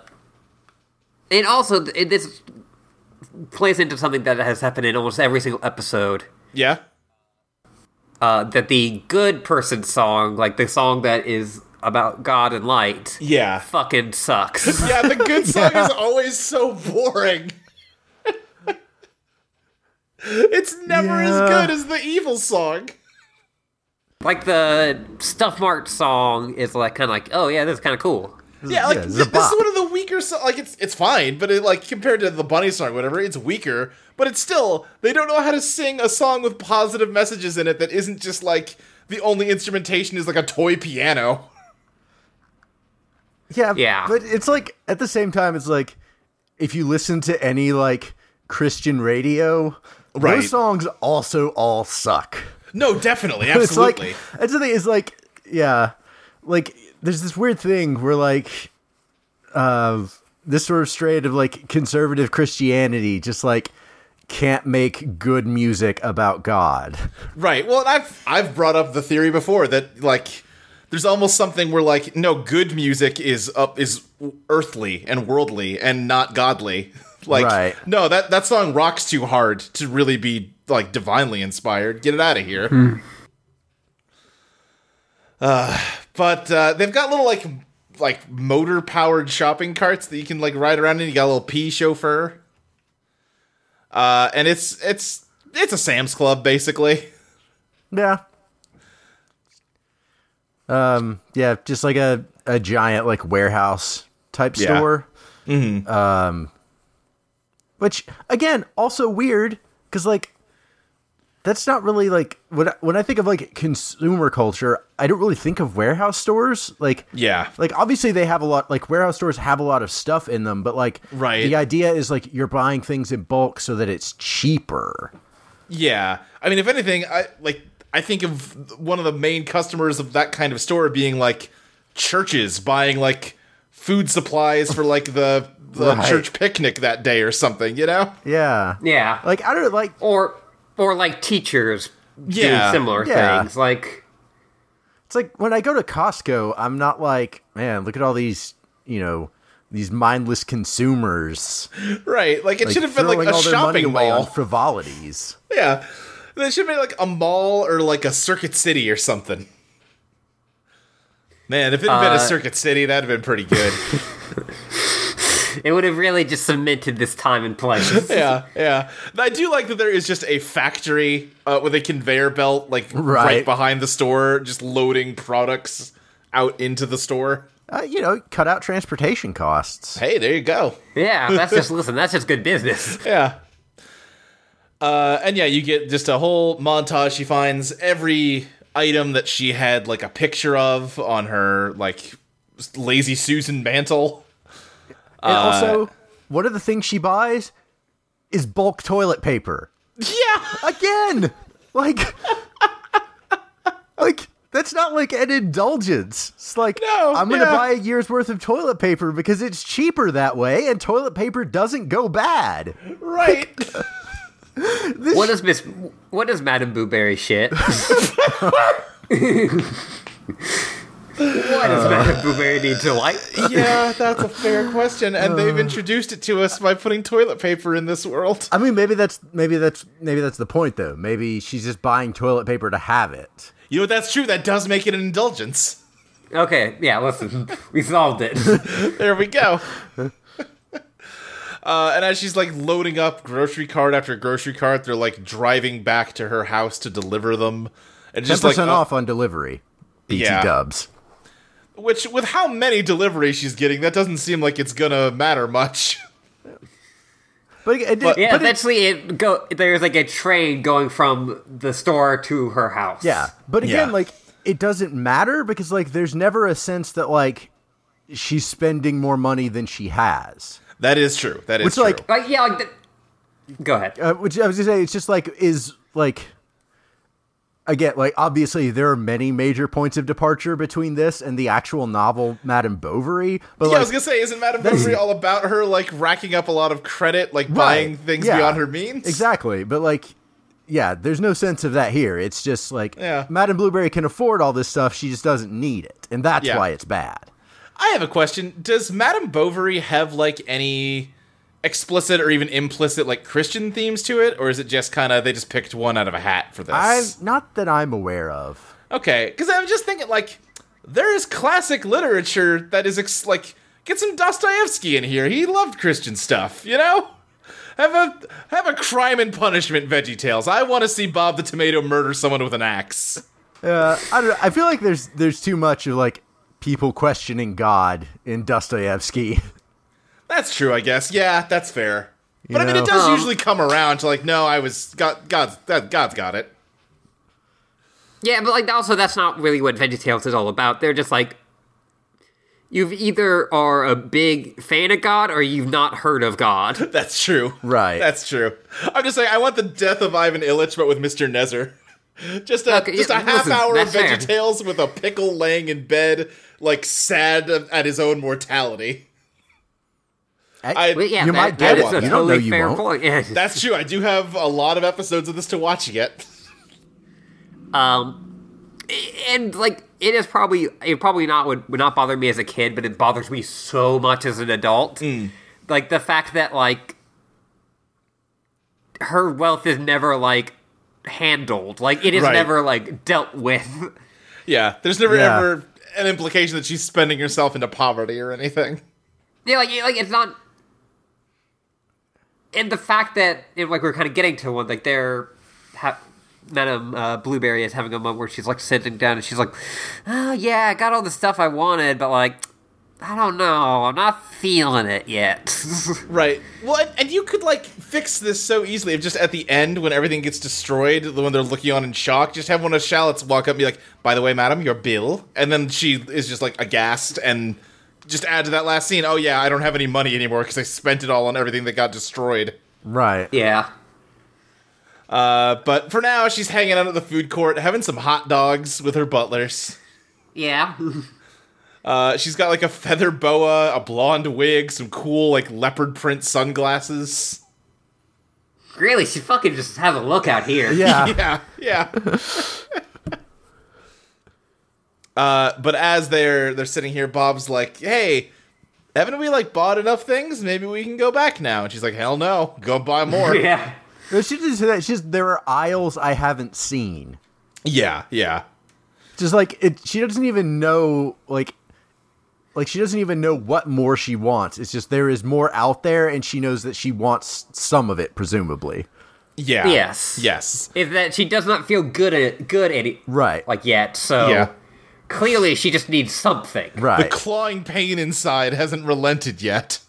S3: and also, th- this plays into something that has happened in almost every single episode.
S4: Yeah.
S3: Uh, that the good person song, like the song that is about God and light,
S4: Yeah.
S3: fucking sucks.
S4: Yeah, the good song is always so boring. it's never as
S5: Yeah.
S4: good as the evil song.
S3: like the stuff Mart song is like kind of like, oh yeah, this is kind of cool.
S4: Yeah, like
S5: yeah,
S4: th-
S5: it's a
S4: this, is
S5: bop.
S4: one of the weaker songs. Like it's it's fine, but it, like compared to the bunny song, or whatever, it's weaker. But it's still they don't know how to sing a song with positive messages in it that isn't just like the only instrumentation is like a toy piano.
S5: Yeah,
S3: Yeah.
S5: But it's like at the same time, it's like if you listen to any like Christian radio,
S4: Right.
S5: those songs also all suck.
S4: No, definitely,
S5: It's like
S4: absolutely.
S5: that's the thing. It's like yeah, like there's this weird thing where like uh this sort of strand of like conservative Christianity just like can't make good music about God.
S4: Right. Well, and I've I've brought up the theory before that like there's almost something where like no good music is up is earthly and worldly and not godly. like
S5: Right.
S4: no, that that song rocks too hard to really be like divinely inspired. Get it out of here. Uh, but uh, they've got little like m- like motor powered shopping carts that you can like ride around in. You got a little pea chauffeur. Uh, and it's it's it's a Sam's Club basically.
S5: Yeah. Um. Yeah. Just like a a giant like warehouse type
S4: Yeah. Mm-hmm.
S5: store. Um. Which again, also weird because like that's not really like when I, when I think of like consumer culture, I don't really think of warehouse stores. Like
S4: Yeah.
S5: like obviously they have a lot like warehouse stores have a lot of stuff in them, but like
S4: Right.
S5: the idea is like you're buying things in bulk so that it's cheaper.
S4: Yeah. I mean, if anything, I like I think of one of the main customers of that kind of store being like churches buying like food supplies for like the, the
S5: Right.
S4: church picnic that day or something, you know?
S5: Yeah.
S3: Yeah,
S5: Like I don't like
S3: or or like teachers
S4: Yeah.
S3: doing similar
S5: Yeah.
S3: things, like.
S5: It's like when I go to Costco, I'm not like, man, look at all these, you know, these mindless consumers.
S4: Right. Like it should have been like
S5: throwing
S4: a
S5: all their money
S4: shopping
S5: away
S4: mall.
S5: on frivolities.
S4: yeah. It should be like a mall or like a Circuit City or something. Man, if it had been
S3: Uh,
S4: a Circuit City, that'd have been pretty good.
S3: It would have really just cemented this time and place.
S4: yeah, yeah. I do like that there is just a factory uh, with a conveyor belt, like right.
S5: Right.
S4: behind the store, just loading products out into the store.
S5: Uh, you know, cut out transportation costs.
S4: Hey, there you go.
S3: yeah, that's just listen. That's just good business.
S4: Yeah. Uh, and yeah, you get just a whole montage. She finds every item that she had like a picture of on her like lazy Susan mantle.
S5: and also, one of the things she buys is bulk toilet paper.
S4: Yeah.
S5: Again, like, like that's not like an indulgence. It's like
S4: No,
S5: I'm going to
S4: yeah.
S5: buy a year's worth of toilet paper because it's cheaper that way, and toilet paper doesn't go bad.
S4: Right.
S3: What is Miss? What is Madame Booberry shit? what does Madame Booberry need to like?
S4: yeah, that's a fair question. And they've introduced it to us by putting toilet paper in this world.
S5: I mean, maybe that's maybe that's maybe that's the point though. Maybe she's just buying toilet paper to have it.
S4: You know, that's true. That does make it an indulgence.
S3: Okay, yeah, listen, we solved it.
S4: There we go. uh, and as she's like loading up grocery cart after grocery cart, they're like driving back to her house to deliver them. And
S5: Ten
S4: just like,
S5: percent
S4: uh,
S5: off on delivery. BT
S4: Yeah.
S5: Dubs.
S4: which with how many deliveries she's getting, that doesn't seem like it's gonna matter much.
S5: But, it, it-
S4: But-
S3: Yeah,
S5: but it-
S3: eventually it go. There's like a train going from the store to her house.
S5: yeah. But again,
S4: Yeah.
S5: like it doesn't matter because like there's never a sense that like she's spending more money than she has.
S4: that is true. That is
S5: Which,
S4: true.
S5: like,
S3: like yeah, like. The, go ahead.
S5: Uh, which I was gonna say, it's just like is like again like obviously there are many major points of departure between this and the actual novel Madame Bovary. But
S4: yeah,
S5: like,
S4: I was gonna say, isn't Madame Bovary all about her like racking up a lot of credit, like buying
S5: Right,
S4: things
S5: yeah.
S4: beyond her means?
S5: Exactly. But like yeah, there's no sense of that here. It's just like
S4: Yeah.
S5: Madame Blueberry can afford all this stuff, she just doesn't need it, and that's
S4: Yeah.
S5: why it's bad.
S4: I have a question. Does Madame Bovary have like any explicit or even implicit like Christian themes to it, or is it just kind of they just picked one out of a hat for this?
S5: I not that I'm aware of.
S4: Okay, because I'm just thinking like there is classic literature that is ex- like get some Dostoevsky in here. He loved Christian stuff, you know. Have a have a crime and punishment Veggie Tales. I want to see Bob the Tomato murder someone with an axe.
S5: Uh, I don't. know. I feel like there's there's too much of like people questioning God in Dostoevsky.
S4: That's true, I guess. Yeah, that's fair. But I mean,
S5: know.
S4: it does
S3: Um,
S4: usually come around to like, no, I was God. God's that, God's got it.
S3: Yeah, but like also that's not really what VeggieTales is all about. They're just like you've either are a big fan of God or you've not heard of God.
S4: That's true.
S5: Right.
S4: That's true. I'm just saying, I want the death of Ivan Illich, but with Mr. Nezer. Just a
S3: Okay,
S4: just a
S3: yeah,
S4: half
S3: listen,
S4: hour of
S3: that's fair.
S4: Veggie Tales with a pickle laying in bed, like sad at his own mortality. I-
S3: But yeah,
S5: You
S3: that,
S5: might
S3: that
S5: get
S3: is
S4: one.
S3: a
S4: You
S5: don't know
S3: totally
S5: you
S3: fair
S5: won't.
S3: point. Yeah.
S4: That's true. I do have a lot of episodes of this to watch yet.
S3: Um, and like it is probably it probably not would, would not bother me as a kid, but it bothers me so much as an adult. Like the fact that like her wealth is never like handled, like it is
S4: Right.
S3: never like dealt with.
S4: Yeah, there's never
S5: Yeah.
S4: ever an implication that she's spending herself into poverty or anything.
S3: Yeah, like, like it's not. And the fact that, and like we're kind of getting to one, like they're, ha- Madame uh, Blueberry is having a moment where she's like sitting down and she's like, oh, yeah, I got all the stuff I wanted, but like, I don't know, I'm not feeling it yet.
S4: Right. Well, and, and you could like fix this so easily if just at the end when everything gets destroyed, the one they're looking on in shock, just have one of Shallots walk up and be like, "By the way, madam, your bill," and then she is just like aghast and just add to that last scene. Oh yeah, I don't have any money anymore because I spent it all on everything that got destroyed.
S5: Right.
S3: yeah.
S4: Uh, but for now, she's hanging out at the food court, having some hot dogs with her butlers.
S3: Yeah.
S4: Uh, she's got like a feather boa, a blonde wig, some cool like leopard print sunglasses.
S3: really, she fucking just has a look out here.
S5: Yeah.
S4: yeah, yeah. uh, but as they're they're sitting here, Bob's like, "Hey, haven't we like bought enough things? Maybe we can go back now." And she's like, "Hell no, go buy more."
S3: Yeah.
S5: No, She didn't say that. She's there are aisles I haven't seen.
S4: yeah, yeah.
S5: Just like it, she doesn't even know like. Like she doesn't even know what more she wants. It's just there is more out there, and she knows that she wants some of it, presumably.
S4: Yeah.
S3: Yes.
S4: Yes.
S3: Is that she does not feel good at good at it,
S5: Right.
S3: like yet? So
S4: Yeah.
S3: clearly, she just needs something.
S4: The
S5: Right.
S4: clawing pain inside hasn't relented yet.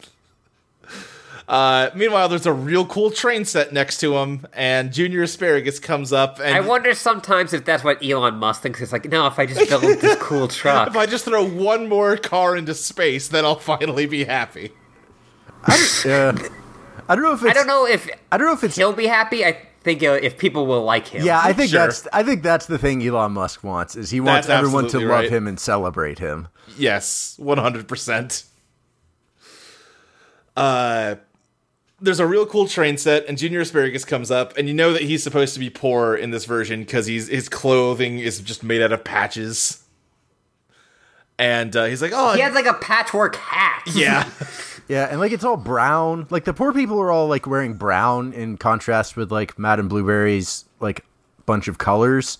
S4: Uh, meanwhile, there's a real cool train set next to him, and Junior Asparagus comes up and
S3: I wonder sometimes if that's what Elon Musk thinks. It's like, no, if I just build this cool truck.
S4: if I just throw one more car into space, then I'll finally be happy.
S5: Yeah. I don't know if it's.
S3: I don't know if
S5: I don't know if it's.
S3: he'll be happy. I think uh, if people will like him.
S5: Yeah, I think
S4: Sure.
S5: that's. I think that's the thing Elon Musk wants is he wants
S4: That's
S5: everyone to
S4: absolutely
S5: love
S4: right.
S5: him and celebrate him.
S4: Yes, 100%. Uh there's a real cool train set and Junior Asparagus comes up and you know that he's supposed to be poor in this version cuz he's his clothing is just made out of patches. And uh, he's like, "Oh,
S3: he has like a patchwork hat.
S4: yeah.
S5: Yeah, and like it's all brown. Like the poor people are all like wearing brown in contrast with like Madame Blueberry's like bunch of colors,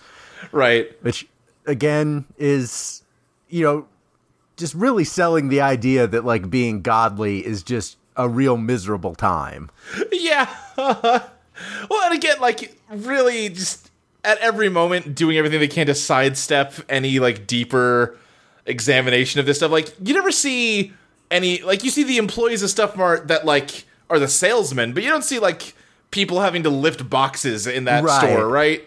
S4: right.
S5: which again is you know just really selling the idea that like being godly is just a real miserable time.
S4: Yeah. well, and again, like really, just at every moment, doing everything they can to sidestep any like deeper examination of this stuff. Like you never see any like you see the employees of Stuff Mart that like are the salesmen, but you don't see like people having to lift boxes in that
S5: Right.
S4: store, right?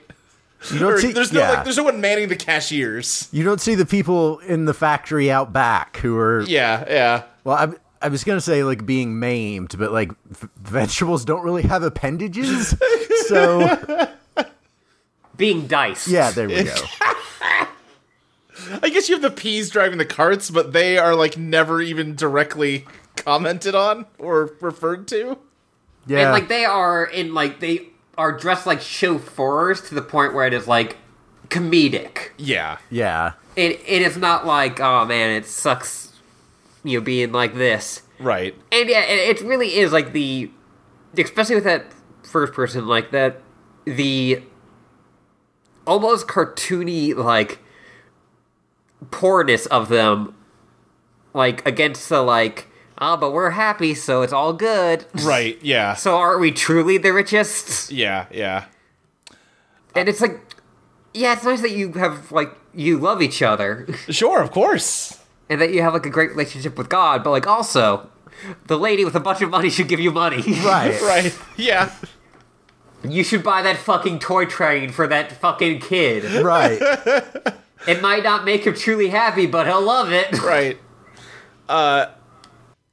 S5: You don't
S4: Or
S5: see
S4: there's no
S5: yeah.
S4: like there's no one manning the cashiers.
S5: you don't see the people in the factory out back who are
S4: Yeah, yeah.
S5: Well, I, I was gonna say like being maimed, but like v- vegetables don't really have appendages, so
S3: Being diced.
S5: yeah, there we go.
S4: I guess you have the peas driving the carts, but they are like never even directly commented on or referred to.
S5: Yeah,
S3: And like they are in like they are dressed like chauffeurs to the point where it is like comedic.
S4: Yeah.
S5: Yeah.
S3: It it is not like oh man, it sucks, you know, being like this.
S4: Right.
S3: And yeah, it, it really is like the, especially with that first person, like that, the almost cartoony like poorness of them, like against the like ah, but we're happy, so it's all good.
S4: Right. Yeah.
S3: So aren't we truly the richest?
S4: Yeah. Yeah.
S3: And it's like, yeah, it's nice that you have like you love each other
S4: Sure. Of course.
S3: and that you have like a great relationship with God, but like also, the lady with a bunch of money should give you money.
S5: Right.
S4: Right. Yeah.
S3: You should buy that fucking toy train for that fucking kid.
S5: Right.
S3: It might not make him truly happy, but he'll love it.
S4: Right. Uh,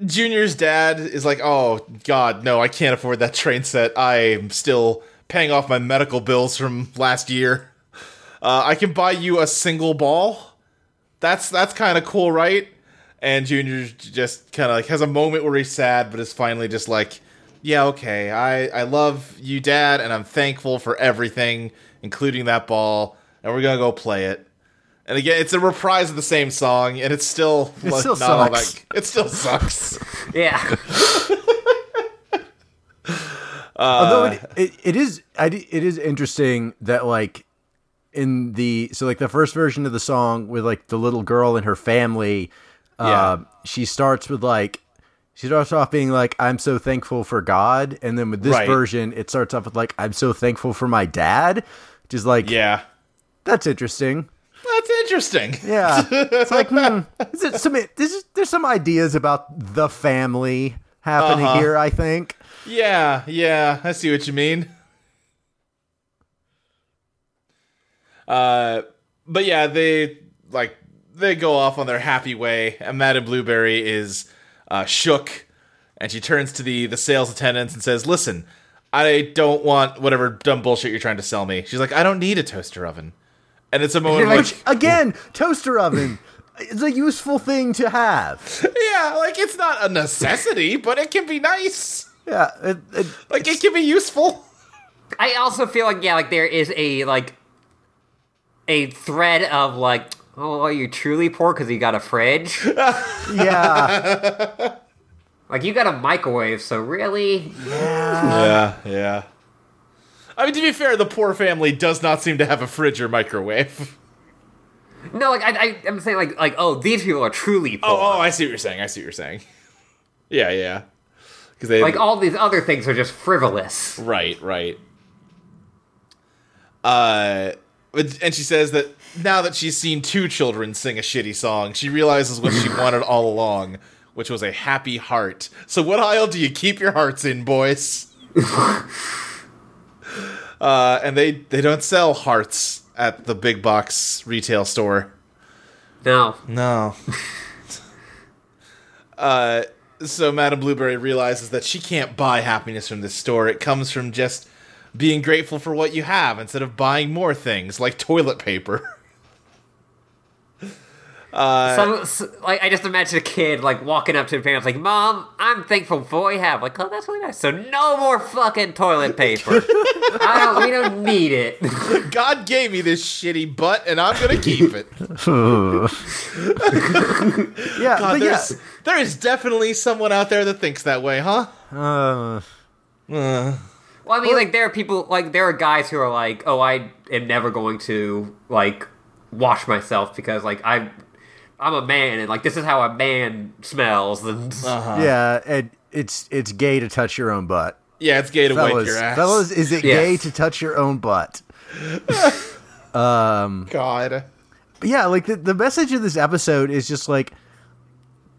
S4: Junior's dad is like, oh God, no, I can't afford that train set. I'm still paying off my medical bills from last year. Uh, I can buy you a single ball. That's that's kind of cool, right? And Junior just kind of like has a moment where he's sad, but is finally just like, yeah, okay, I I love you, Dad, and I'm thankful for everything, including that ball. And we're gonna go play it. And again, it's a reprise of the same song, and it's still
S5: It still sucks.
S4: that- it still sucks.
S3: Yeah.
S5: Although
S4: Uh.
S5: it, it, it is I d it is interesting that like in the so like the first version of the song with like the little girl and her family,
S4: Yeah.
S5: um, she starts with like she starts off being like I'm so thankful for God, and then with this
S4: Right.
S5: version it starts off with like I'm so thankful for my dad, which is like
S4: yeah,
S5: that's interesting.
S4: that's interesting.
S5: Yeah, it's like hmm, is it some this is, there's some ideas about the family happening
S4: Uh-huh.
S5: here. I think.
S4: Yeah, yeah, I see what you mean. Uh, but yeah, they like they go off on their happy way, and Madame Blueberry is uh, shook, and she turns to the the sales attendants and says, "Listen, I don't want whatever dumb bullshit you're trying to sell me." She's like, "I don't need a toaster oven," and it's a moment
S3: You're like,
S4: like,
S5: Which again, toaster oven. It's a useful thing to have.
S4: yeah, like it's not a necessity, but it can be nice.
S5: Yeah, it, it,
S4: Like it can be useful.
S3: I also feel like yeah, like there is a like a thread of like, oh, are you truly poor because you got a fridge?
S5: yeah,
S3: like you got a microwave, so really,
S4: Yeah, yeah. Um, I mean, to be fair, the poor family does not seem to have a fridge or microwave.
S3: no. Like I, I I'm saying like like oh, these people are truly poor.
S4: Oh, oh, I see what you're saying. I see what you're saying. Yeah, yeah. Because they
S3: Like all these other things are just frivolous.
S4: right, right. Uh, but- and she says that now that she's seen two children sing a shitty song, she realizes what she wanted all along, which was a happy heart. So, what aisle do you keep your hearts in, boys? uh, and they they don't sell hearts at the big box retail store.
S3: No,
S4: No. uh, so Madame Blueberry realizes that she can't buy happiness from this store. It comes from just being grateful for what you have instead of buying more things like toilet paper.
S3: Some, s like I just imagine a kid like walking up to the parents like, "Mom, I'm thankful for what we have." Like, oh, that's really nice. So no more fucking toilet paper. I don't. We don't need it.
S4: God gave me this shitty butt, and I'm gonna keep it.
S5: yeah.
S4: God,
S5: but yeah,
S4: there's, there is definitely someone out there that thinks that way, huh?
S5: uh,
S3: Well, I mean, like there are people like there are guys who are like, "Oh, I am never going to like wash myself because like I." I'm a man, and like this is how a man smells. And
S5: yeah. And it's it's gay to touch your own butt,
S4: Yeah, it's gay to wipe
S5: fellas.
S4: your ass.
S5: Fellas, is it
S3: Yes.
S5: gay to touch your own butt?
S4: God.
S5: But yeah, like the, the message of this episode is just like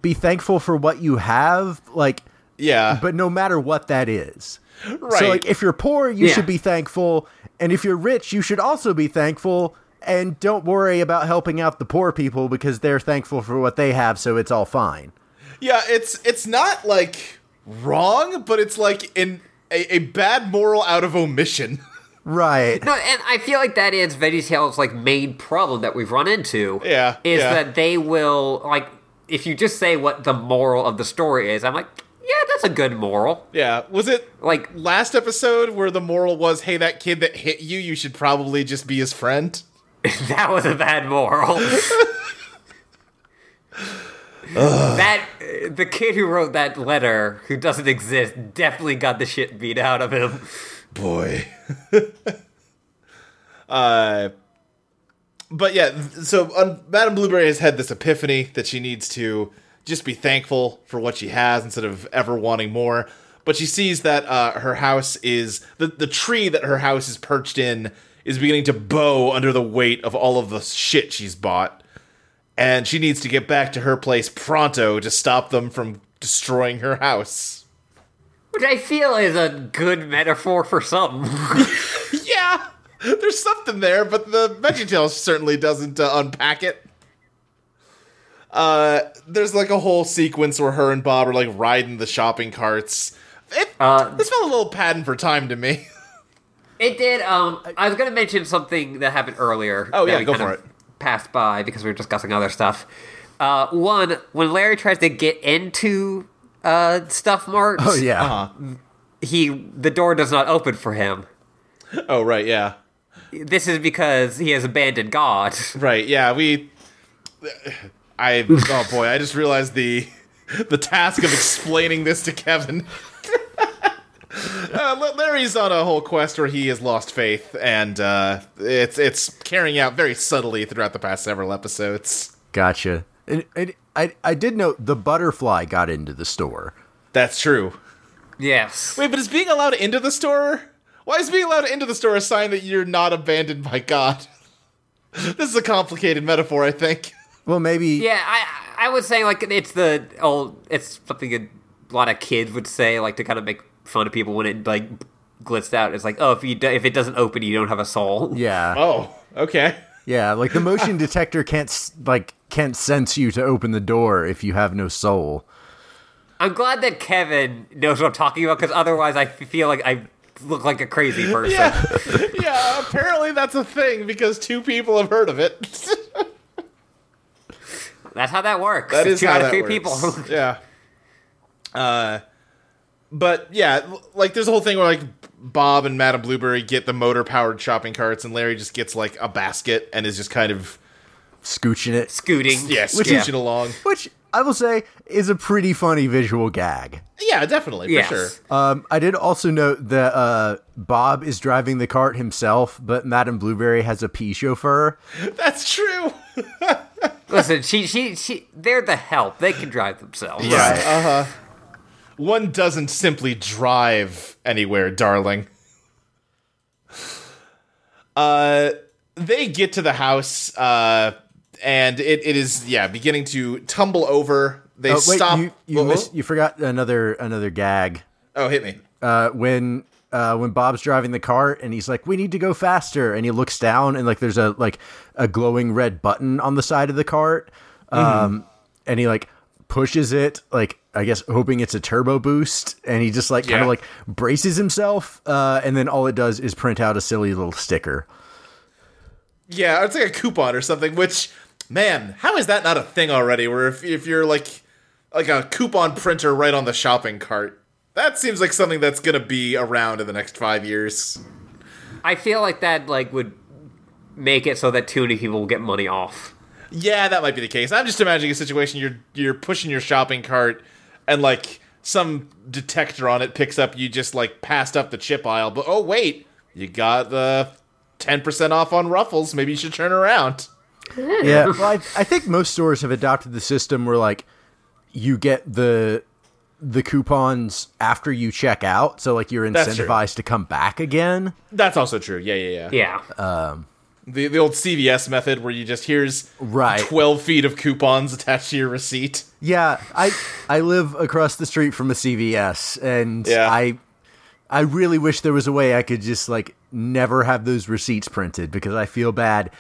S5: be thankful for what you have, like,
S4: Yeah,
S5: but no matter what that is.
S4: right.
S5: So like if you're poor, you
S3: Yeah.
S5: should be thankful, and if you're rich, you should also be thankful. And don't worry about helping out the poor people because they're thankful for what they have, so it's all fine.
S4: Yeah, it's it's not like wrong, but it's like in a, a bad moral out of omission.
S5: Right.
S3: No, and I feel like that is VeggieTales' like main problem that we've run into.
S4: Yeah,
S3: is
S4: yeah.
S3: that they will like if you just say what the moral of the story is, I'm like, yeah, that's that's a good moral.
S4: Yeah. Was it
S3: Like,
S4: last episode where the moral was, hey, that kid that hit you, you should probably just be his friend?
S3: that was a bad moral. that uh, the kid who wrote that letter, who doesn't exist, definitely got the shit beat out of him.
S4: boy. uh, but yeah, th- so um, Madame Blueberry has had this epiphany that she needs to just be thankful for what she has instead of ever wanting more. But she sees that uh, her house is the the tree that her house is perched in is beginning to bow under the weight of all of the shit she's bought, and she needs to get back to her place pronto to stop them from destroying her house.
S3: Which I feel is a good metaphor for something.
S4: Yeah, there's something there, but the VeggieTales certainly doesn't uh, unpack it. Uh, there's like a whole sequence where her and Bob are like riding the shopping carts. It,
S3: Uh,
S4: this felt a little pattern for time to me.
S3: It did. Um, I was going to mention something that happened earlier.
S4: Oh,
S3: that
S4: yeah,
S3: we
S4: go
S3: kind
S4: for
S3: of Passed by because we were discussing other stuff. Uh, one, when Larry tries to get into uh, Stuff Mart,
S5: Oh yeah.
S3: he the door does not open for him.
S4: oh right, yeah,
S3: This is because he has abandoned God.
S4: right, yeah. We, I oh boy, I just realized the the task of explaining this to Kevin. Uh, La- Larry's on a whole quest where he has lost faith, and uh, it's it's carrying out very subtly throughout the past several episodes.
S5: Gotcha. And, and I I did note the butterfly got into the store.
S4: That's true.
S3: Yes.
S4: Wait, but is being allowed into the store? Why is being allowed into the store a sign that you're not abandoned by God? this is a complicated metaphor, I think.
S5: Well, maybe.
S3: Yeah, I I was saying like it's the old it's something a lot of kids would say like to kind of make fun of people when it like glitzed out. It's like oh if you do, if it doesn't open you don't have a soul.
S5: Yeah.
S4: Oh, okay.
S5: Yeah, like the motion detector can't s- like can't sense you to open the door if you have no soul.
S3: I'm glad that Kevin knows what I'm talking about because otherwise I f- feel like I look like a crazy person.
S4: Yeah, yeah. Apparently that's a thing because two people have heard of it.
S3: That's how that works.
S4: That
S3: It's
S4: is
S3: two
S4: how
S3: out of
S4: that
S3: three
S4: works.
S3: people.
S4: yeah. Uh, but yeah, l- like there's a whole thing where like Bob and Madame Blueberry get the motor powered shopping carts, and Larry just gets like a basket and is just kind of
S5: Scooching it,
S3: Scooting.
S4: yeah
S3: Which is-
S4: scooching along.
S5: which I will say is a pretty funny visual gag.
S4: Yeah, definitely
S3: Yes. Uh,
S4: for sure.
S5: Um, I did also note that uh, Bob is driving the cart himself, but Madame Blueberry has a pea chauffeur.
S4: That's true.
S3: Listen, she, she, she, they're the help. They can drive themselves.
S5: Right.
S4: Uh, One doesn't simply drive anywhere, darling. Uh, they get to the house, uh, and it, it is yeah beginning to tumble over. They
S5: Oh, wait,
S4: stop.
S5: you you,
S4: Whoa,
S5: missed,
S4: whoa.
S5: you forgot another another gag.
S4: Oh, hit me.
S5: uh, when uh, when Bob's driving the cart and he's like, "We need to go faster," and he looks down and like there's a like a glowing red button on the side of the cart,
S4: Mm-hmm.
S5: um, and he like pushes it like I guess hoping it's a turbo boost, and he just like kind
S4: Yeah.
S5: of like braces himself, uh, and then all it does is print out a silly little sticker.
S4: Yeah, it's like a coupon or something. Which, man, how is that not a thing already? Where if if you're like like a coupon printer right on the shopping cart, that seems like something that's gonna be around in the next five years.
S3: I feel like that, like, would make it so that too many people will get money off.
S4: Yeah, that might be the case. I'm just imagining a situation you're you're pushing your shopping cart and like some detector on it picks up you just like passed up the chip aisle, but oh wait, you got the 10% off on ruffles. Maybe you should turn around.
S5: yeah, well, I, I think most stores have adopted the system where like you get the the coupons after you check out, so like you're
S4: That's true.
S5: incentivized to come back again.
S4: That's also true. Yeah, yeah, yeah.
S3: Yeah.
S4: The the old CVS method where you just here's
S5: Right.
S4: 12 feet of coupons attached to your receipt.
S5: Yeah, I I live across the street from a CVS, and
S4: Yeah.
S5: I I really wish there was a way I could just like never have those receipts printed because I feel bad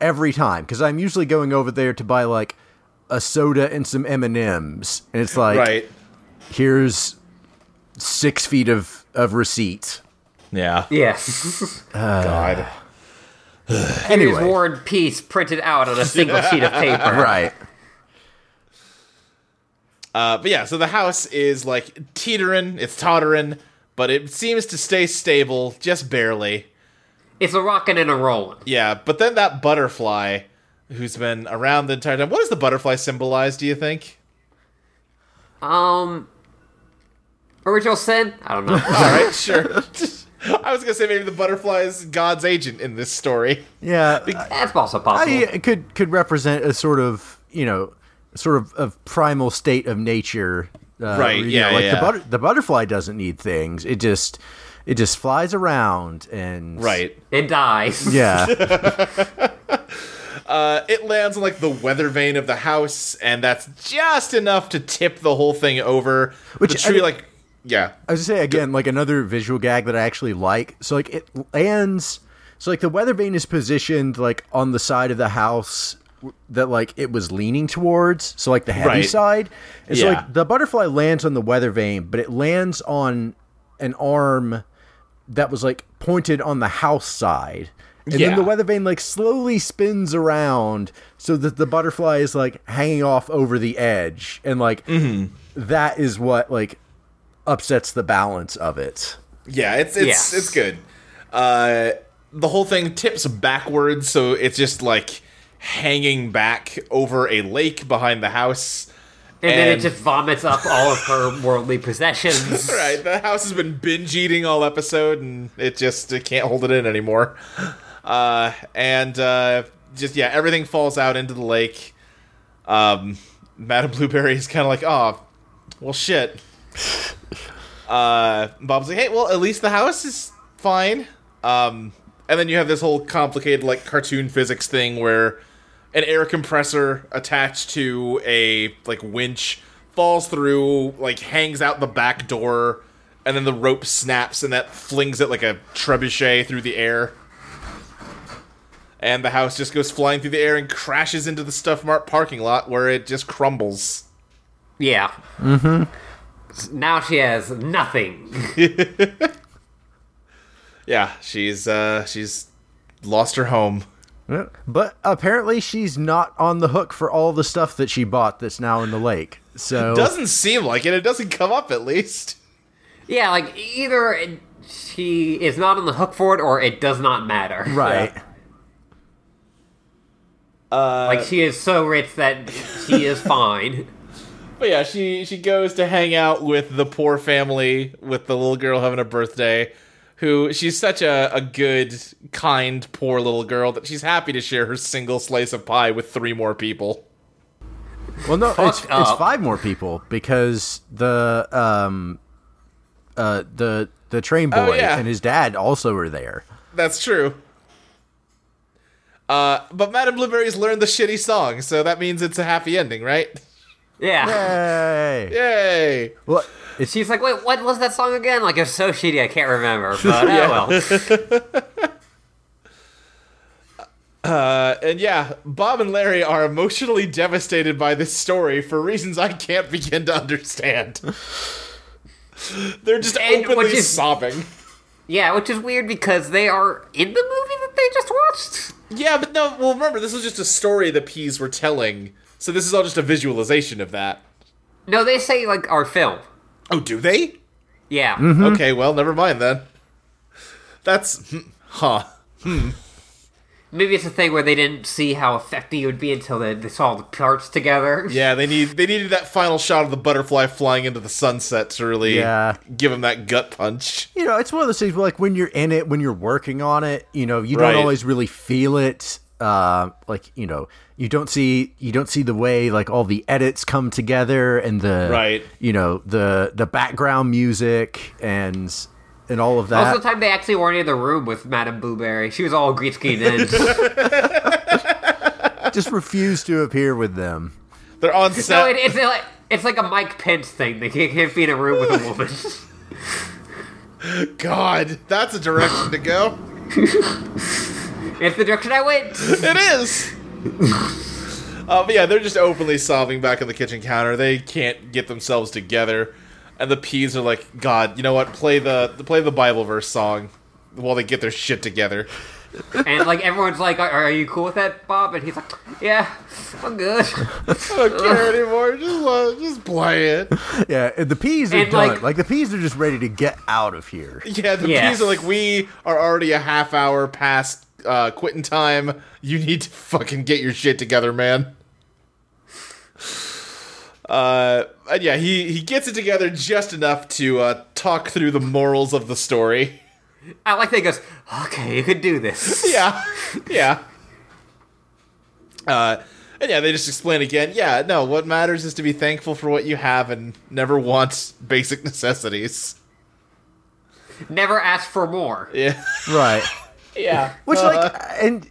S5: every time because I'm usually going over there to buy like a soda and some M and M's, and it's like
S4: Right.
S5: here's six feet of of receipt.
S4: Yeah.
S3: yes.
S4: God.
S3: Here's
S5: Anyway,
S3: War and Peace printed out on a single sheet of paper.
S5: right.
S4: Uh, but yeah, so the house is like teetering, it's tottering, but it seems to stay stable just barely.
S3: It's a rocking and a rolling.
S4: Yeah, but then that butterfly who's been around the entire time. What does the butterfly symbolize, do you think?
S3: Um, original sin? I don't know.
S4: All right, sure. I was going to say maybe the butterfly is God's agent in this story.
S5: Yeah,
S3: That's also possible.
S5: I it could could represent a sort of you know sort of, of primal state of nature. Uh,
S4: Right,
S5: you know,
S4: yeah,
S5: like
S4: yeah.
S5: the butter, the butterfly doesn't need things. It just it just flies around and
S4: Right.
S3: it dies.
S5: Yeah,
S4: Uh, it lands on like the weather vane of the house, and that's just enough to tip the whole thing over.
S5: Which,
S4: the
S5: I
S4: tree,
S5: mean-
S4: like, yeah,
S5: I was gonna say again, like another visual gag that I actually like. So like it lands. So like the weather vane is positioned like on the side of the house w- that like it was leaning towards. So like the heavy
S4: Right.
S5: side. And so
S4: Yeah.
S5: like the butterfly lands on the weather vane, but it lands on an arm that was like pointed on the house side. And
S4: Yeah.
S5: then the weather vane like slowly spins around so that the butterfly is like hanging off over the edge. And like
S4: Mm-hmm.
S5: that is what like upsets the balance of it.
S4: yeah, it's it's
S3: Yes.
S4: it's good. Uh, the whole thing tips backwards, so it's just like hanging back over a lake behind the house.
S3: And, then
S4: And-
S3: it just vomits up all of her worldly possessions.
S4: Right, the house has been binge eating all episode, and it just it can't hold it in anymore. Uh, and uh, just yeah, everything falls out into the lake. Um, Madame Blueberry is kind of like, oh, well, shit. uh, Bob's like, hey, well, at least the house is fine. Um, and then you have this whole complicated like cartoon physics thing where an air compressor attached to a like winch falls through, like hangs out the back door, and then the rope snaps and that flings it like a trebuchet through the air. And the house just goes flying through the air and crashes into the Stuff Mart parking lot where it just crumbles.
S3: Yeah. Mm-hmm. Now she has nothing.
S4: Yeah, she's uh she's lost her home.
S5: But apparently she's not on the hook for all the stuff that she bought that's now in the lake. So
S4: Doesn't seem like it. It doesn't come up at least.
S3: Yeah, like either it- she is not on the hook for it or it does not matter.
S5: right.
S3: Like she is so rich that she is fine.
S4: But yeah, she she goes to hang out with the poor family with the little girl having a birthday, who she's such a, a good, kind, poor little girl that she's happy to share her single slice of pie with three more people.
S5: Well, no, it's, it's
S3: up.
S5: five more people because the um, uh, the the train boy
S4: Oh, yeah.
S5: and his dad also were there.
S4: That's true. Uh, but Madame Blueberry's learned the shitty song, so that means it's a happy ending, right?
S3: Yeah.
S5: Yay!
S4: Yay!
S5: Well, it's
S3: She's like, wait, what was that song again? Like, it's so shitty, I can't remember. But oh well.
S4: Uh, and yeah, Bob and Larry are emotionally devastated by this story for reasons I can't begin to understand. They're just
S3: And what
S4: openly
S3: is-
S4: sobbing.
S3: Yeah, which is weird because they are in the movie that they just watched.
S4: Yeah, but no, well, remember, this was just a story the P's were telling, so this is all just a visualization of that.
S3: No, they say, like, our film.
S4: Oh, do they?
S3: Yeah.
S4: Okay, well, never mind then. That's. hmm, Huh.
S3: Maybe it's a thing where they didn't see how affecting it would be until they, they saw the parts together.
S4: Yeah, they need they needed that final shot of the butterfly flying into the sunset to really
S5: Yeah.
S4: give him that gut punch.
S5: you know, it's one of those things where, like when you're in it, when you're working on it, you know, you
S4: Right.
S5: don't always really feel it. Uh, like you know, you don't see you don't see the way like all the edits come together and the
S4: Right.
S5: you know, the the background music and and all of that.
S3: Most of the time, they actually weren't in the room with Madame Blueberry. She was all greasy in.
S5: just refuse to appear with them.
S4: They're on set.
S3: no, it, it's like it's like a Mike Pence thing. They can't, can't be in a room with a woman.
S4: God, that's a direction to go.
S3: it's the direction I went.
S4: It is. uh, but yeah, they're just openly sobbing back on the kitchen counter. They can't get themselves together, and the peas are like, "God, you know what? Play the play the Bible verse song while they get their shit together."
S3: and like everyone's like, are, "Are you cool with that, Bob?" And he's like, "Yeah, I'm good."
S4: I don't care anymore. Just let, just play it.
S5: Yeah, and the peas are
S3: And,
S5: done.
S3: like-
S5: Like, the peas are just ready to get out of here.
S4: Yeah, the
S3: Yeah.
S4: peas are like we are already a half hour past uh, quitting time. You need to fucking get your shit together, man. Uh, and yeah, he he gets it together just enough to uh, talk through the morals of the story.
S3: I like that he goes, "Okay, you could do this."
S4: yeah, yeah. Uh, and yeah, they just explain again. Yeah, no, what matters is to be thankful for what you have and never want basic necessities.
S3: Never ask for more.
S4: Yeah,
S5: Right.
S4: yeah.
S5: Which like uh, and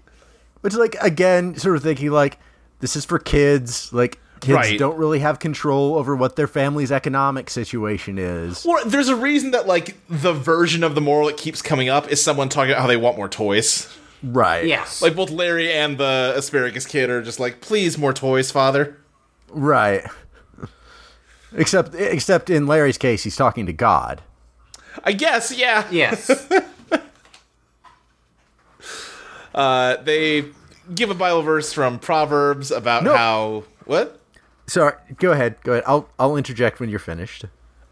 S5: which like again, sort of thinking like this is for kids. Like kids
S4: Right.
S5: don't really have control over what their family's economic situation is.
S4: Well, there's a reason that like the version of the moral that keeps coming up is someone talking about how they want more toys.
S5: Right.
S3: Yes.
S4: Like both Larry and the asparagus kid are just like, please, more toys, father.
S5: Right. Except except in Larry's case, he's talking to God.
S4: I guess, yeah.
S3: yes.
S4: Uh, they give a Bible verse from Proverbs about
S5: No.
S4: how what?
S5: Sorry, go ahead. Go ahead. I'll I'll interject when you're finished.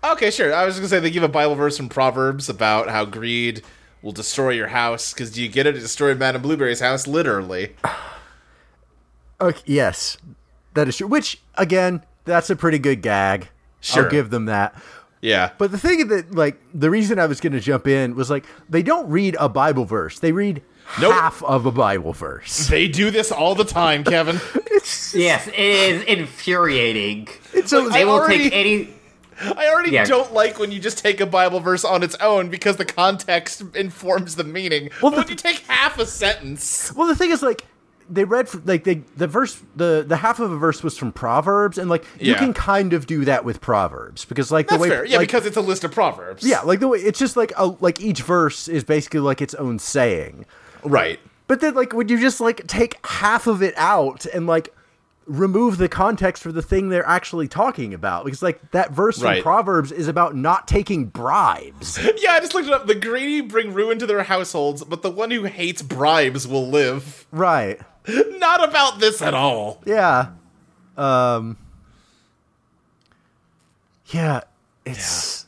S4: Okay, sure. I was gonna say they give a Bible verse from Proverbs about how greed will destroy your house. Because do you get it? It destroyed Madame Blueberry's house, literally.
S5: Okay, yes. That is true. Which again, that's a pretty good gag.
S4: Sure.
S5: I'll give them that.
S4: Yeah,
S5: But the thing that, like, the reason I was going to jump in was like, they don't read a Bible verse. They read
S4: Nope.
S5: half of a Bible verse.
S4: they do this all the time, Kevin.
S3: yes. It is infuriating.
S5: And so,
S3: They
S4: I
S3: will
S4: already-
S3: take any.
S4: I already
S3: Yeah.
S4: don't like when you just take a Bible verse on its own because the context informs the meaning.
S5: Well,
S4: but when
S5: the-
S4: you take half a sentence,
S5: well, the thing is, like, they read fr- like they the verse the the half of a verse was from Proverbs, and like you
S4: Yeah.
S5: can kind of do that with Proverbs because like
S4: that's
S5: the way
S4: fair. Yeah,
S5: like,
S4: because it's a list of proverbs.
S5: yeah, like the way it's just like a like each verse is basically like its own saying.
S4: right.
S5: But then, like, would you just like take half of it out and like remove the context for the thing they're actually talking about? Because like that verse
S4: Right.
S5: from Proverbs is about not taking bribes.
S4: Yeah, I just looked it up. The greedy bring ruin to their households, but the one who hates bribes will live.
S5: right.
S4: Not about this at all.
S5: Yeah. Um. Yeah. It's.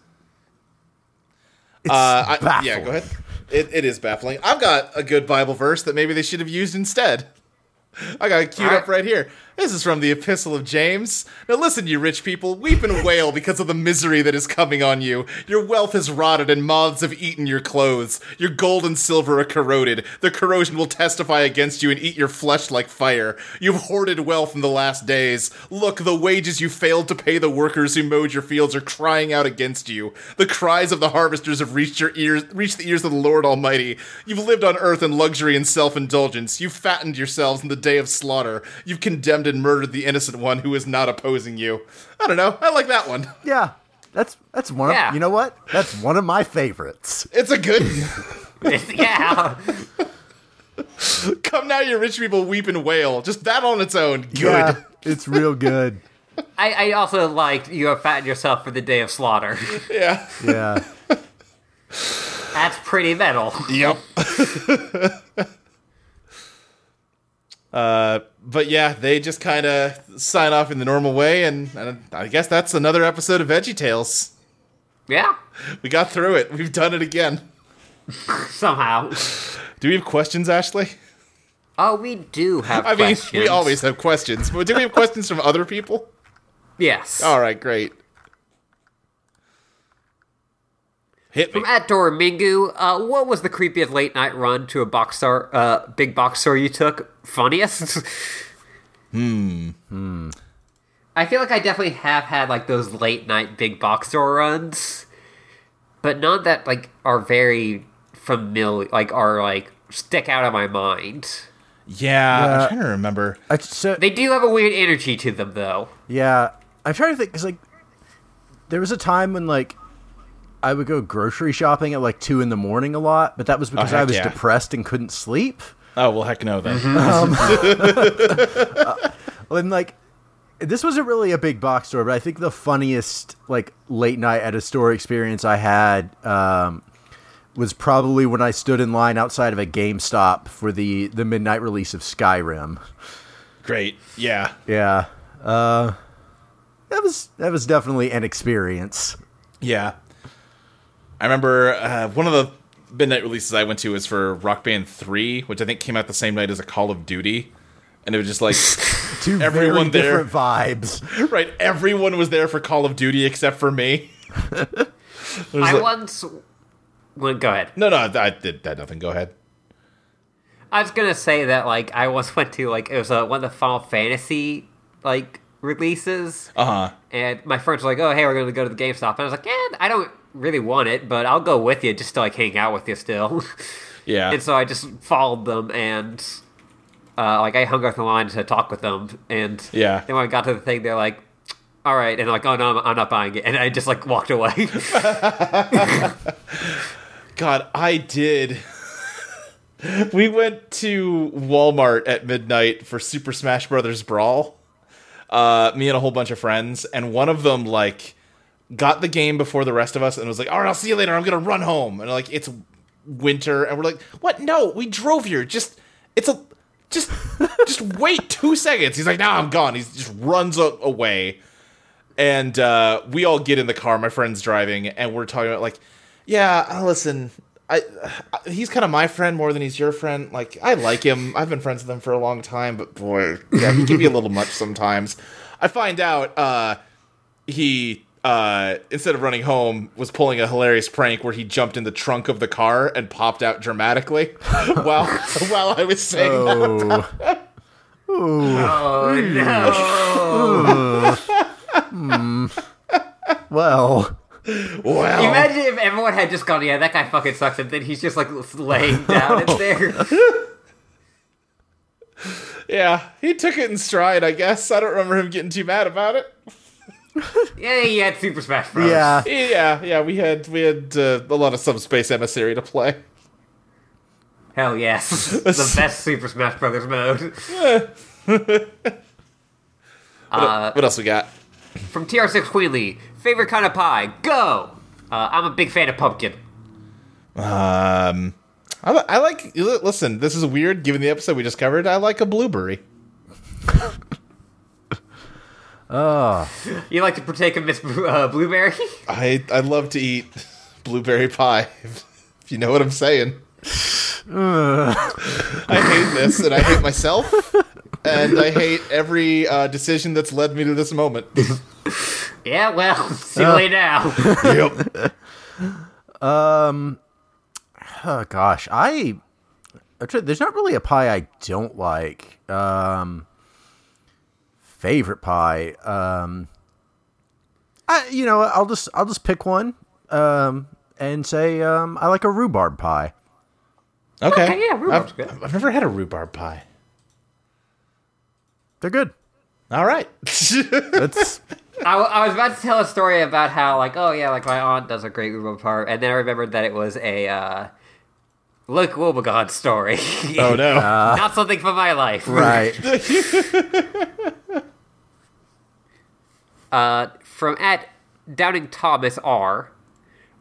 S5: It's
S4: Uh, I,
S5: baffling.
S4: yeah, go ahead. It, it is baffling. I've got a good Bible verse that maybe they should have used instead. I got it queued up right here. This is from the Epistle of James. Now listen, you rich people, weep and wail because of the misery that is coming on you. Your wealth is rotted, and moths have eaten your clothes. Your gold and silver are corroded. The corrosion will testify against you and eat your flesh like fire. You've hoarded wealth in the last days. Look, the wages you failed to pay the workers who mowed your fields are crying out against you. The cries of the harvesters have reached your ears, reached the ears of the Lord Almighty. You've lived on earth in luxury and self-indulgence. You've fattened yourselves in the day of slaughter. You've condemned and murdered the innocent one who is not opposing you. I don't know. I like that one.
S5: Yeah. That's that's one.
S3: Yeah.
S5: Of, you know what? That's one of my favorites.
S4: It's a good.
S3: yeah.
S4: Come now, you rich people, weep and wail. Just that on its own. Good.
S5: Yeah, it's real good.
S3: I, I also liked you have fattened yourself for the day of slaughter.
S4: yeah.
S5: Yeah.
S3: That's pretty metal.
S4: Yep. uh, but yeah, they just kind of sign off in the normal way, and, and I guess that's another episode of Veggie Tales.
S3: Yeah.
S4: We got through it. We've done it again.
S3: Somehow.
S4: Do we have questions, Ashley?
S3: Oh, we do have
S4: I mean,
S3: questions.
S4: we always have questions, but do we have questions from other people?
S3: Yes.
S4: All right, great. Hit me.
S3: From at Mingu, uh, what was the creepiest late night run to a box store, uh, big box store you took? Funniest? hmm. Hmm. I feel like I definitely have had like those late night big box store runs, but none that like are very familiar, like are like stick out of my mind.
S4: Yeah, I'm
S5: Yeah.
S4: trying to remember.
S5: I, so
S3: They do have a weird energy to them, though.
S5: Yeah, I'm trying to think because like there was a time when like I would go grocery shopping at like two in the morning a lot, but that was because I
S4: Oh, heck
S5: was
S4: yeah.
S5: depressed and couldn't sleep.
S4: Oh well, heck no then.
S5: And like this wasn't really a big box store, but I think the funniest like late night at a store experience I had um, was probably when I stood in line outside of a GameStop for the the midnight release of Skyrim.
S4: Great. Yeah.
S5: Yeah. Uh that was that was definitely an experience.
S4: Yeah. I remember uh, one of the midnight releases I went to was for Rock Band 3, which I think came out the same night as a Call of Duty. And it was just like
S5: Two
S4: Everyone
S5: very
S4: there-
S5: different vibes.
S4: right, everyone was there for Call of Duty except for me.
S3: I
S4: like-
S3: once. Well, go ahead.
S4: No, no, I did that nothing. Go ahead.
S3: I was gonna say that like I once went to like it was uh, one of the Final Fantasy like releases,
S4: Uh huh.
S3: and my friends were like, "Oh, hey, we're gonna go to the GameStop," and I was like, "Yeah, I don't really want it, but I'll go with you just to like hang out with you still."
S4: Yeah.
S3: and so I just followed them and. Uh, like I hung up the line to talk with them, and
S4: Yeah.
S3: Then when I got to the thing, they're like, "All right," and like, "Oh no, I'm, I'm not buying it," and I just like walked away.
S4: God, I did. we went to Walmart at midnight for Super Smash Brothers Brawl. Uh, me and a whole bunch of friends, and one of them like got the game before the rest of us, and was like, "All right, I'll see you later. I'm gonna run home." And like, it's winter, and we're like, "What? No, we drove here. Just it's a just just wait two seconds." He's like, "No, I'm gone." He just runs a- away and uh, we all get in the car. My friend's driving, and we're talking about like, yeah, uh, listen, I, I he's kind of my friend more than he's your friend. Like, I like him. I've been friends with him for a long time, but boy, yeah, he can be a little much sometimes. I find out uh, he. Uh, instead of running home, was pulling a hilarious prank where he jumped in the trunk of the car and popped out dramatically while while I was saying that.
S5: Oh.
S3: oh no!
S5: Well,
S4: Wow.
S5: Oh.
S3: Imagine if everyone had just gone, yeah, that guy fucking sucks, and then he's just like laying down
S5: Oh.
S3: in there.
S4: yeah, he took it in stride. I guess I don't remember him getting too mad about it.
S3: Yeah, he had Super Smash Bros.
S5: yeah.
S4: Yeah, yeah, we had we had uh, a lot of subspace emissary to play.
S3: Hell yes. the best Super Smash Brothers mode. uh,
S4: What else we got?
S3: from TR6 Queenly, favorite kind of pie, go! Uh, I'm a big fan of pumpkin.
S4: Um, I, li- I like. li- Listen, this is weird given the episode we just covered. I like a blueberry.
S3: You like to partake of Miss Blu- uh, Blueberry?
S4: I I love to eat blueberry pie. If, if you know what I'm saying. I hate this, and I hate myself, and I hate every uh, decision that's led me to this moment.
S3: yeah, well, see
S5: Uh.
S3: you later now.
S4: yep.
S5: Oh gosh, I I'm try- there's not really a pie I don't like. Um, favorite pie. Um, I you know I'll just I'll just pick one. Um, and say um, I like a rhubarb pie.
S4: Okay.
S3: Okay, yeah, rhubarb's
S4: I've,
S3: good.
S4: I've never had a rhubarb pie.
S5: They're good.
S4: All right.
S5: That's
S3: I, w- I was about to tell a story about how, like, oh yeah, like my aunt does a great Uber part, and then I remembered that it was a uh, Luke Wobegon story.
S4: oh no.
S3: Not something for my life.
S5: Uh. right.
S3: Uh, from at Downing Thomas R.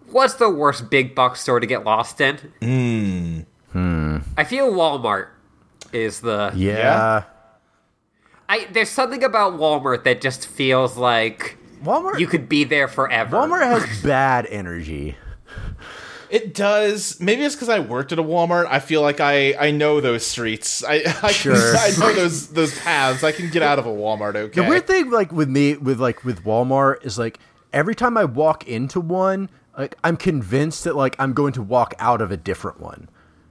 S3: What's the worst big box store to get lost in? Hmm. I feel Walmart is the.
S5: Hmm. yeah.
S3: I there's something about Walmart that just feels like
S5: Walmart.
S3: you could be there forever.
S5: Walmart has bad energy.
S4: It does. Maybe it's because I worked at a Walmart. I feel like I, I know those streets. I I,
S5: Sure.
S4: I know those those paths. I can get out of a Walmart. Okay.
S5: The weird thing, like with me, with like with Walmart, is like every time I walk into one, like I'm convinced that like I'm going to walk out of a different one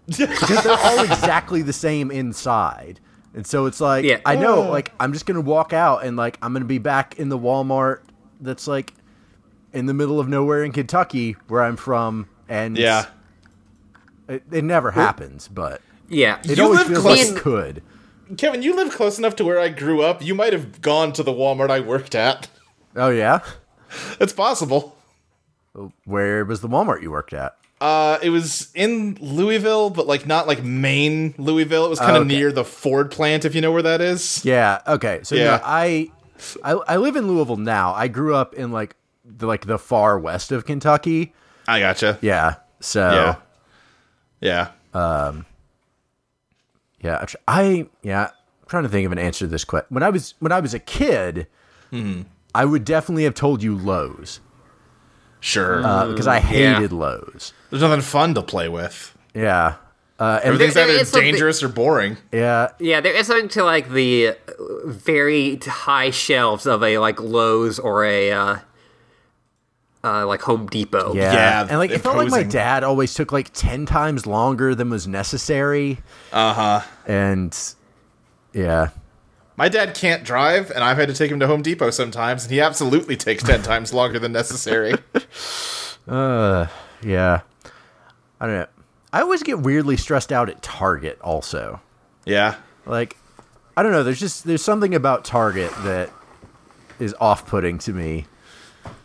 S5: because they're all exactly the same inside, and so it's like
S3: Yeah.
S5: I know, like I'm just gonna walk out and like I'm gonna be back in the Walmart that's like in the middle of nowhere in Kentucky where I'm from, and
S4: yeah.
S5: it, it never happens, but
S3: Yeah.
S5: it
S4: You
S5: always
S4: live
S5: feels
S4: close-
S5: like it could.
S4: Kevin, you live close enough to where I grew up. You might have gone to the Walmart I worked at.
S5: Oh yeah,
S4: It's possible.
S5: where was the Walmart you worked at?
S4: Uh, it was in Louisville, but like not like main Louisville. It was kind of
S5: Oh, Okay.
S4: near the Ford plant, if you know where that is.
S5: Yeah. Okay. So
S4: Yeah.
S5: No, I, I I live in Louisville now. I grew up in like the like the far west of Kentucky.
S4: I gotcha.
S5: Yeah. So
S4: Yeah. Yeah.
S5: Yeah, I'm tr- I yeah, I'm trying to think of an answer to this question. When I was when I was a kid, I would definitely have told you Lowe's
S4: Sure.
S5: uh, because I
S3: yeah.
S5: hated Lowe's.
S4: There's nothing fun to play with.
S5: Yeah, uh, and
S4: Everything's
S3: there
S4: either
S3: is something-
S4: dangerous or boring.
S5: yeah,
S3: Yeah, there is something to like the uh, very high shelves of a like Lowe's or a uh, uh, like Home Depot.
S5: yeah,
S4: Yeah,
S5: and like it felt like my
S4: imposing.
S5: dad always took like ten times longer than was necessary. Uh huh. And yeah,
S4: My dad can't drive, and I've had to take him to Home Depot sometimes, and he absolutely takes 10 times longer than necessary.
S5: yeah, I don't know. I always get weirdly stressed out at Target. Also,
S4: Yeah.
S5: like i don't know there's just there's something about target that is off-putting to me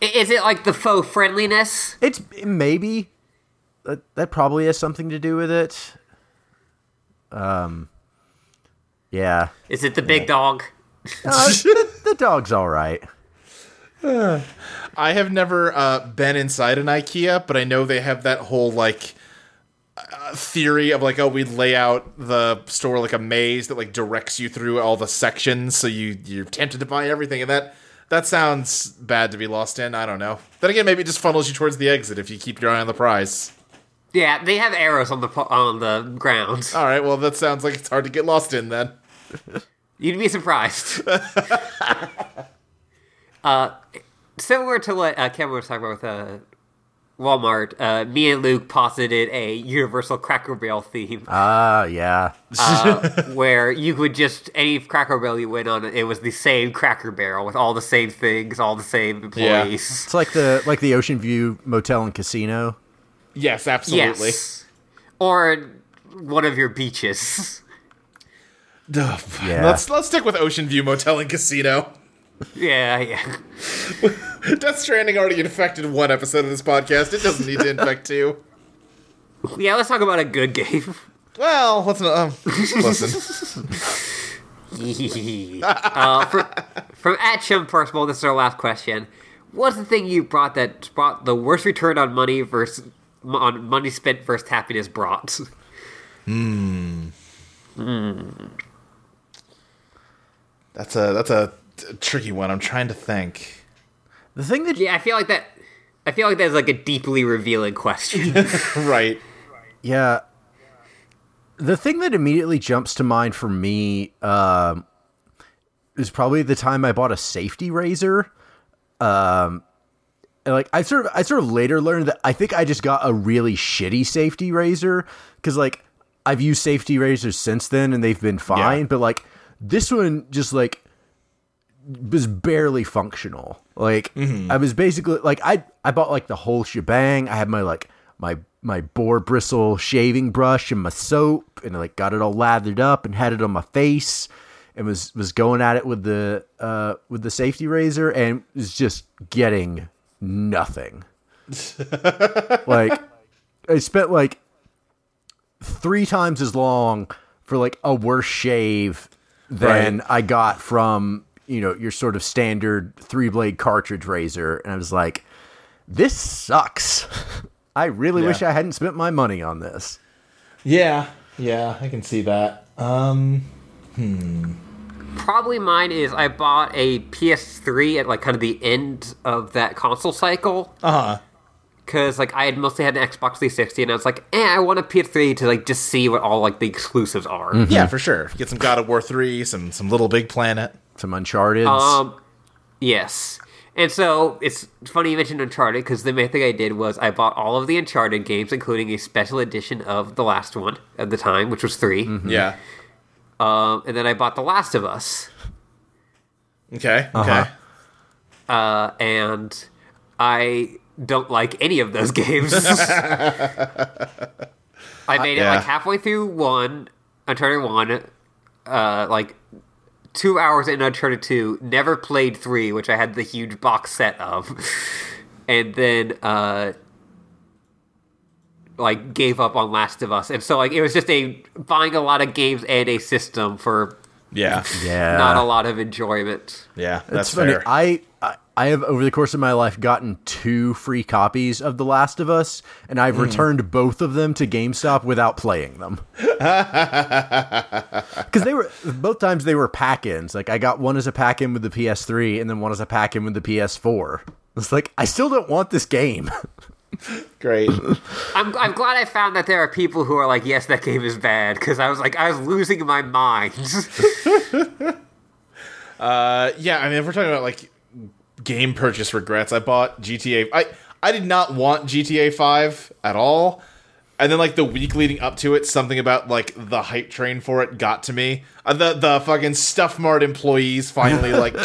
S3: I- Is it like the faux friendliness?
S5: it's maybe that, that probably has something to do with it um yeah
S3: Is it the big dog?
S5: the dog's all right
S4: I have never uh, been inside an IKEA, but I know they have that whole like uh, theory of like, oh, we lay out the store like a maze that like directs you through all the sections, so you you're tempted to buy everything, and that that sounds bad to be lost in. I don't know. Then again, maybe it just funnels you towards the exit if you keep your eye on the prize.
S3: Yeah, they have arrows on the po- on the ground.
S4: All right, well, that sounds like it's hard to get lost in then.
S3: You'd be surprised. uh, similar to what uh, Cameron was talking about with uh, Walmart, uh, me and Luke posited a universal Cracker Barrel theme
S5: ah yeah
S3: where you would just any Cracker Barrel you went on, it was the same Cracker Barrel with all the same things, all the same
S4: Yeah.
S3: employees.
S5: it's like the like the ocean view motel and casino
S4: Yes, absolutely.
S3: Yes, or one of your beaches.
S5: Yeah.
S4: Let's let's stick with Ocean View Motel and Casino.
S3: yeah, yeah.
S4: Death Stranding already infected one episode of this podcast. It doesn't need to infect two.
S3: Yeah, let's talk about a good game.
S4: Well, let's not. Um, listen,
S3: uh, from, from at Chim Percival, this is our last question. What's the thing you brought that brought the worst return on money versus on money spent versus happiness brought?
S4: that's a that's a t- tricky one. I'm trying to think.
S5: the thing that
S3: Yeah, I feel like that. I feel like that's like a deeply revealing question.
S4: Right.
S5: Yeah. The thing that immediately jumps to mind for me um, is probably the time I bought a safety razor. Um, and, like I sort of, I sort of later learned that I think I just got a really shitty safety razor because like I've used safety razors since then and they've been fine, but like this one just like was barely functional. Like I was basically like I I bought like the whole shebang. I had my like my my boar bristle shaving brush and my soap and like got it all lathered up and had it on my face and was was going at it with the uh with the safety razor and was just getting nothing. like I spent like three times as long for like a worse shave than I got from you know your sort of standard three blade cartridge razor, and I was like, this sucks. I really wish I hadn't spent my money on this.
S4: Yeah. Yeah. I can see that. Um.
S3: Probably mine is I bought a PS3 at like kind of the end of that console cycle.
S4: Uh huh.
S3: because like I had mostly had an Xbox 360, and I was like, eh, I want a PS3 to like just see what all like the exclusives are.
S4: Yeah, for sure. Get some God of War three, some some Little Big Planet.
S5: Some Uncharted.
S3: Um, yes. And so it's funny you mentioned Uncharted because the main thing I did was I bought all of the Uncharted games, including a special edition of the last one at the time, which was 3
S4: Yeah.
S3: Um, and then I bought The Last of Us,
S4: Okay. Okay.
S3: uh, and I don't like any of those games. I made it
S4: Yeah.
S3: like halfway through one, Uncharted one, uh, like two hours in Uncharted two. Never played three, which I had the huge box set of, and then uh, like gave up on Last of Us. And so like it was just a buying a lot of games and a system for
S4: Yeah.
S5: yeah,
S3: not a lot of enjoyment.
S4: Yeah.
S5: It's
S4: That's
S5: funny.
S4: fair.
S5: I, I I have over the course of my life gotten two free copies of The Last of Us, and I've
S4: Hmm.
S5: returned both of them to GameStop without playing them. Because they were both times they were pack-ins. Like I got one as a pack-in with the PS3, and then one as a pack-in with the PS4. It's like I still don't want this game.
S4: Great.
S3: I'm, I'm glad I found that there are people who are like, yes, that game is bad, because I was like, I was losing my mind.
S4: Uh, yeah, I mean, if we're talking about like game purchase regrets, I bought GTA. I I did not want GTA Five at all, and then like the week leading up to it, something about like the hype train for it got to me. Uh, the the fucking Stuff Mart employees finally like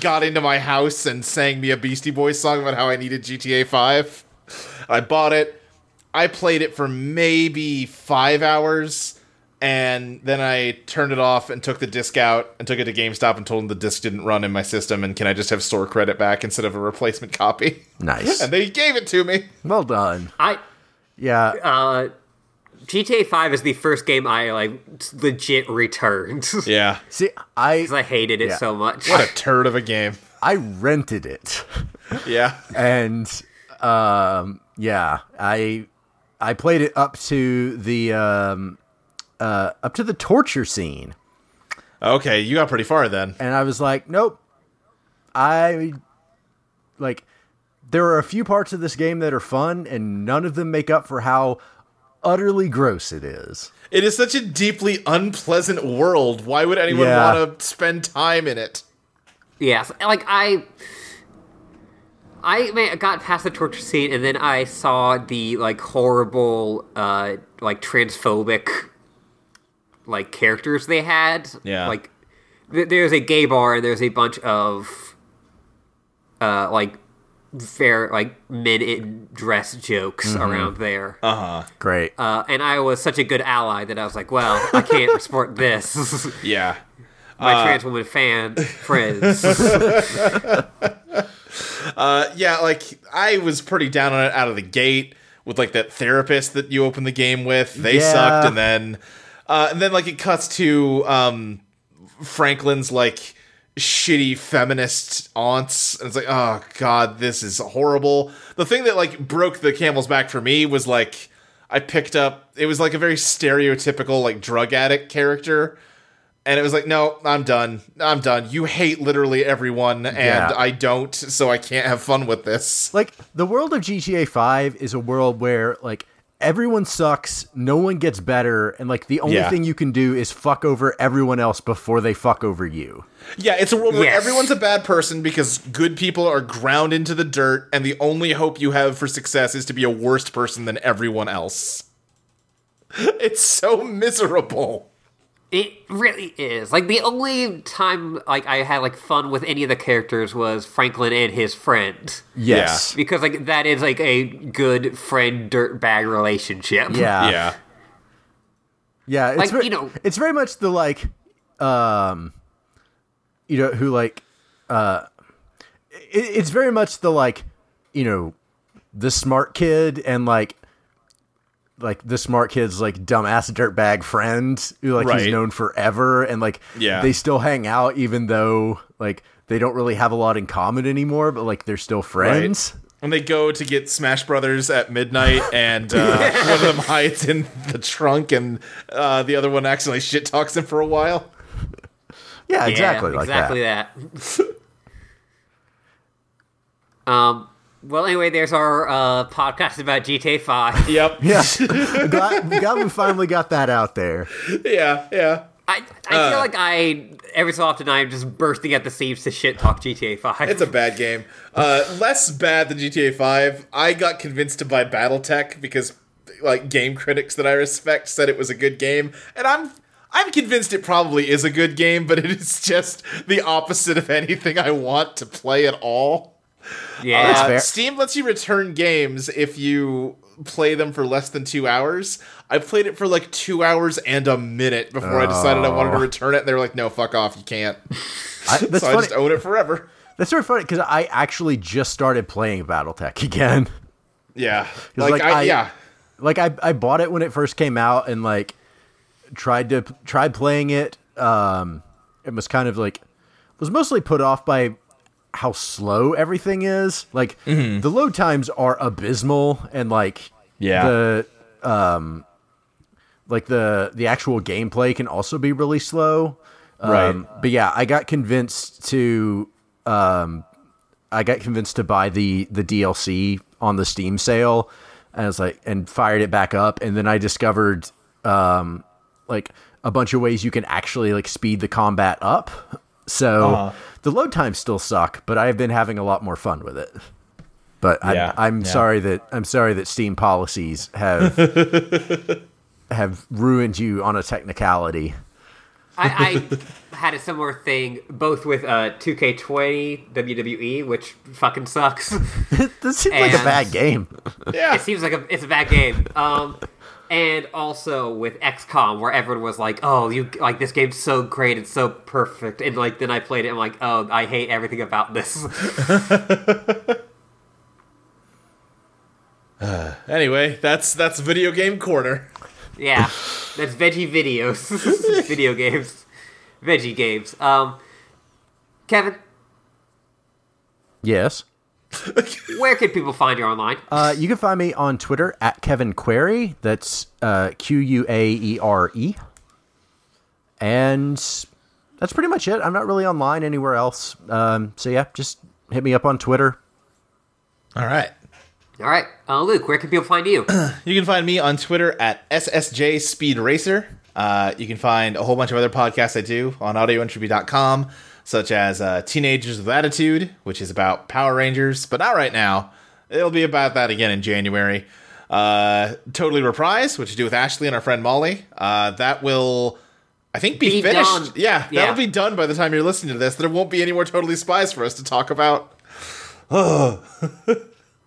S4: got into my house and sang me a Beastie Boys song about how I needed GTA Five. I bought it. I played it for maybe five hours, and then I turned it off and took the disc out and took it to GameStop and told them the disc didn't run in my system and can I just have store credit back instead of a replacement copy?
S5: nice.
S4: And they gave it to me.
S5: Well done.
S3: I
S5: Yeah.
S3: uh, GTA Five is the first game I like legit returned.
S4: Yeah.
S5: See, I
S3: 'Cause I hated it
S5: Yeah.
S3: so much.
S4: What a turd of a game.
S5: I rented it.
S4: Yeah.
S5: and um yeah i i played it up to the um uh up to the torture scene
S4: Okay, you got pretty far then.
S5: and i was like nope i like there are a few parts of this game that are fun and none of them make up for how utterly gross it is
S4: It is such a deeply unpleasant world. Why would anyone
S5: Yeah.
S4: want to spend time in it?
S3: Yes, like I, I ma- got past the torture scene, and then I saw the like horrible, uh, like transphobic, like characters they had.
S4: Yeah.
S3: like th- there's a gay bar, and there's a bunch of, uh, like fair like men in dress jokes around there. uh
S5: great
S3: and I was such a good ally that I was like, well, I can't support this.
S4: Yeah.
S3: My trans woman fan friends.
S4: Uh, yeah, like I was pretty down on it out of the gate with like that therapist that you opened the game with. They
S5: Yeah.
S4: sucked, and then uh, and then like it cuts to um, Franklin's like shitty feminist aunts, and it's like, oh god, this is horrible. The thing that like broke the camel's back for me was like I picked up. It was like a very stereotypical like drug addict character. And it was like, no, I'm done. I'm done. You hate literally everyone, and
S5: Yeah.
S4: I don't, so I can't have fun with this.
S5: like the world of GTA 5 is a world where like everyone sucks, no one gets better and like the only
S4: Yeah.
S5: thing you can do is fuck over everyone else before they fuck over you.
S4: Yeah, it's a world where
S3: Yes.
S4: everyone's a bad person because good people are ground into the dirt, and the only hope you have for success is to be a worse person than everyone else. It's so miserable.
S3: It really is. Like the only time like I had like fun with any of the characters was Franklin and his friend.
S5: Yes.
S3: Because like that is like a good friend dirtbag relationship.
S5: Yeah. Yeah.
S4: yeah.
S5: it's
S3: Like,
S5: ver-
S3: you know-
S5: it's very much the like um you know who like uh i it's very much the like, you know, the smart kid and like like the smart kid's like dumbass dirtbag friend who like
S4: Right.
S5: he's known forever and like
S4: Yeah.
S5: they still hang out even though like they don't really have a lot in common anymore but like they're still friends
S4: And they go to get Smash Brothers at midnight, and uh, one of them hides in the trunk, and uh, the other one accidentally shit talks him for a while.
S3: Yeah,
S5: yeah exactly like
S3: exactly
S5: that,
S3: that. um well anyway, there's our uh podcast about GTA five.
S4: Yep.
S5: yeah glad, glad we finally got that out there
S4: yeah. Yeah.
S3: I I
S4: Uh.
S3: feel like I every so often I'm just bursting at the seams to shit talk GTA five.
S4: It's a bad game. Uh, less bad than GTA 5. I got convinced to buy BattleTech because like game critics that I respect said it was a good game, and I'm I'm convinced it probably is a good game, but it is just the opposite of anything I want to play at all.
S3: yeah.
S4: Uh,
S5: fair.
S4: Steam lets you return games if you play them for less than two hours. I played it for like two hours and a minute before I decided I wanted to return it, and they were like, "No, fuck off, you can't."
S5: I, Oh. that's
S4: so I
S5: funny
S4: just own it forever.
S5: that's sort of funny because i actually just started playing battletech again
S4: Yeah,
S5: It's
S4: like,
S5: like
S4: I,
S5: I-
S4: yeah,
S5: like I, I bought it when it first came out and like tried to tried playing it um it was kind of like was mostly put off by how slow everything is. Like the load times are abysmal, and like
S4: Yeah.
S5: the um, like the the actual gameplay can also be really slow.
S4: Right.
S5: Um, but yeah, I got convinced to um, I got convinced to buy the the DLC on the Steam sale, and I was like, and fired it back up, and then I discovered um, like a bunch of ways you can actually like speed the combat up. So
S4: Uh-huh.
S5: the load times still suck, but I've been having a lot more fun with it. But I'm,
S4: Yeah,
S5: I'm
S4: yeah.
S5: sorry that I'm sorry that Steam policies have have ruined you on a technicality.
S3: I, I had a similar thing both with uh, 2K20 WWE, E, which fucking sucks.
S5: this seems like a
S3: And-
S5: bad game.
S4: Yeah.
S3: it seems like a, it's a bad game. Um, and also with XCOM, where everyone was like, "Oh, you like this game's so great, it's so perfect," and like then I played it, I'm like, "Oh, I hate everything about this."
S4: Anyway, that's that's video game corner.
S3: yeah, that's veggie videos, video games, veggie games. Um, Kevin,
S5: Yes.
S3: where can people find you online?
S5: Uh, you can find me on Twitter at Kevin Query. That's uh, Q U A E R E. And that's pretty much it. I'm not really online anywhere else. Um, so yeah, just hit me up on Twitter.
S4: All right.
S3: All right, uh, Luke, where can people find you?
S4: You can find me on Twitter at SSJ Speed Racer. Uh, you can find a whole bunch of other podcasts I do on audioentropy.com, such as uh, Teenagers with Attitude, which is about Power Rangers, but not right now. It'll be about that again in January. Uh, totally Reprise, which you do with Ashley and our friend Molly. Uh, that will, I think, be,
S3: Be
S4: finished.
S3: done.
S4: Yeah,
S3: Yeah.
S4: that'll be done by the time you're listening to this. There won't be any more Totally Spies for us to talk about.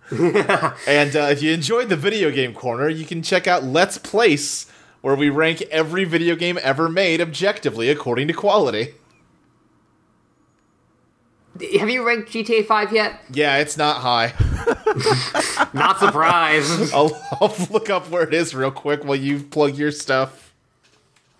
S4: And uh, if you enjoyed the video game corner, you can check out Let's Place, where we rank every video game ever made objectively according to quality.
S3: Have you ranked GTA 5 yet?
S4: Yeah, it's not high.
S3: Not surprised.
S4: I'll, I'll look up where it is real quick while you plug your stuff.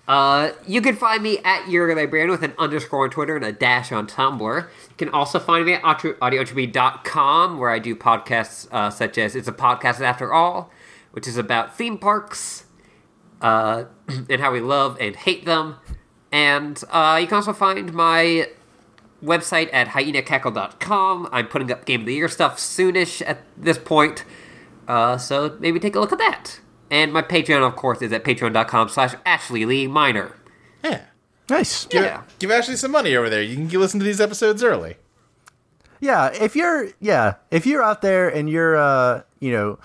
S3: Uh, you can find me at Yuri Librarian with an underscore on Twitter and a dash on Tumblr. You can also find me at autru- audioentropy.com, where I do podcasts uh, such as It's a Podcast After All, which is about theme parks uh, and how we love and hate them. And uh, you can also find my website at hyenacackle.com. I'm putting up Game of the Year stuff soonish at this point. Uh, so maybe take a look at that. And my Patreon, of course, is at patreon.com slash Ashley Lee Minor.
S4: Yeah.
S5: Nice.
S4: Give,
S3: Yeah.
S4: give Ashley some money over there. You can listen to these episodes early.
S5: Yeah, if you're yeah, if you're out there and you're uh, you know,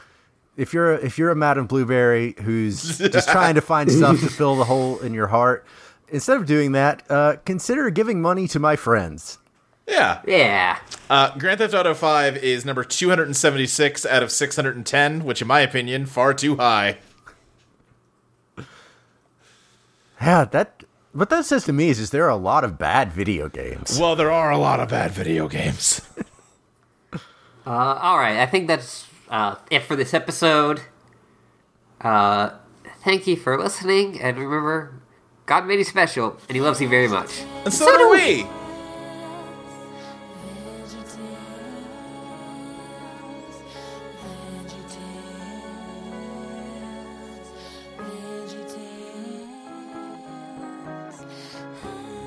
S5: if you're if you're a Madam Blueberry who's just trying to find stuff to fill the hole in your heart, instead of doing that, uh, consider giving money to my friends.
S4: Yeah.
S3: Yeah.
S4: Uh, Grand Theft Auto 5 is number 276 out of 610, which, in my opinion, far too high.
S5: Yeah, that what that says to me is, is there are a lot of bad video games.
S4: Well, there are a lot of bad video games.
S3: Uh, all right. I think that's uh, it for this episode. Uh, thank you for listening. And remember, God made you special, and He loves you very much.
S4: And so, do we.
S6: VeggieTales, VeggieTales, VeggieTales.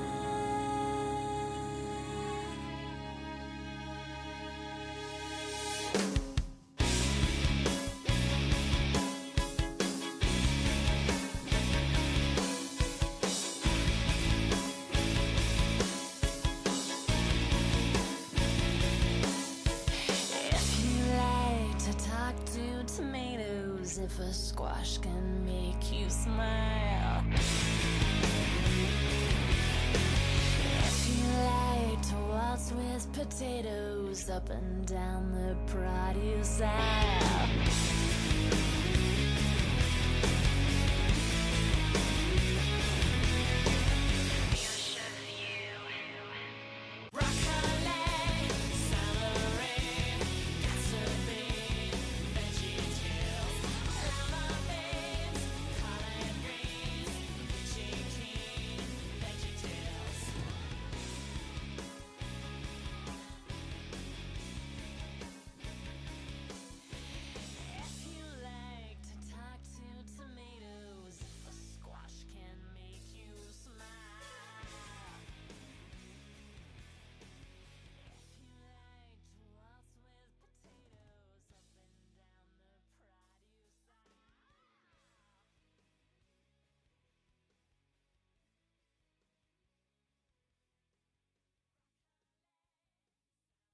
S6: If you like to talk to tomatoes, if a squash can make you smile. If you like to waltz with potatoes up and down the produce aisle.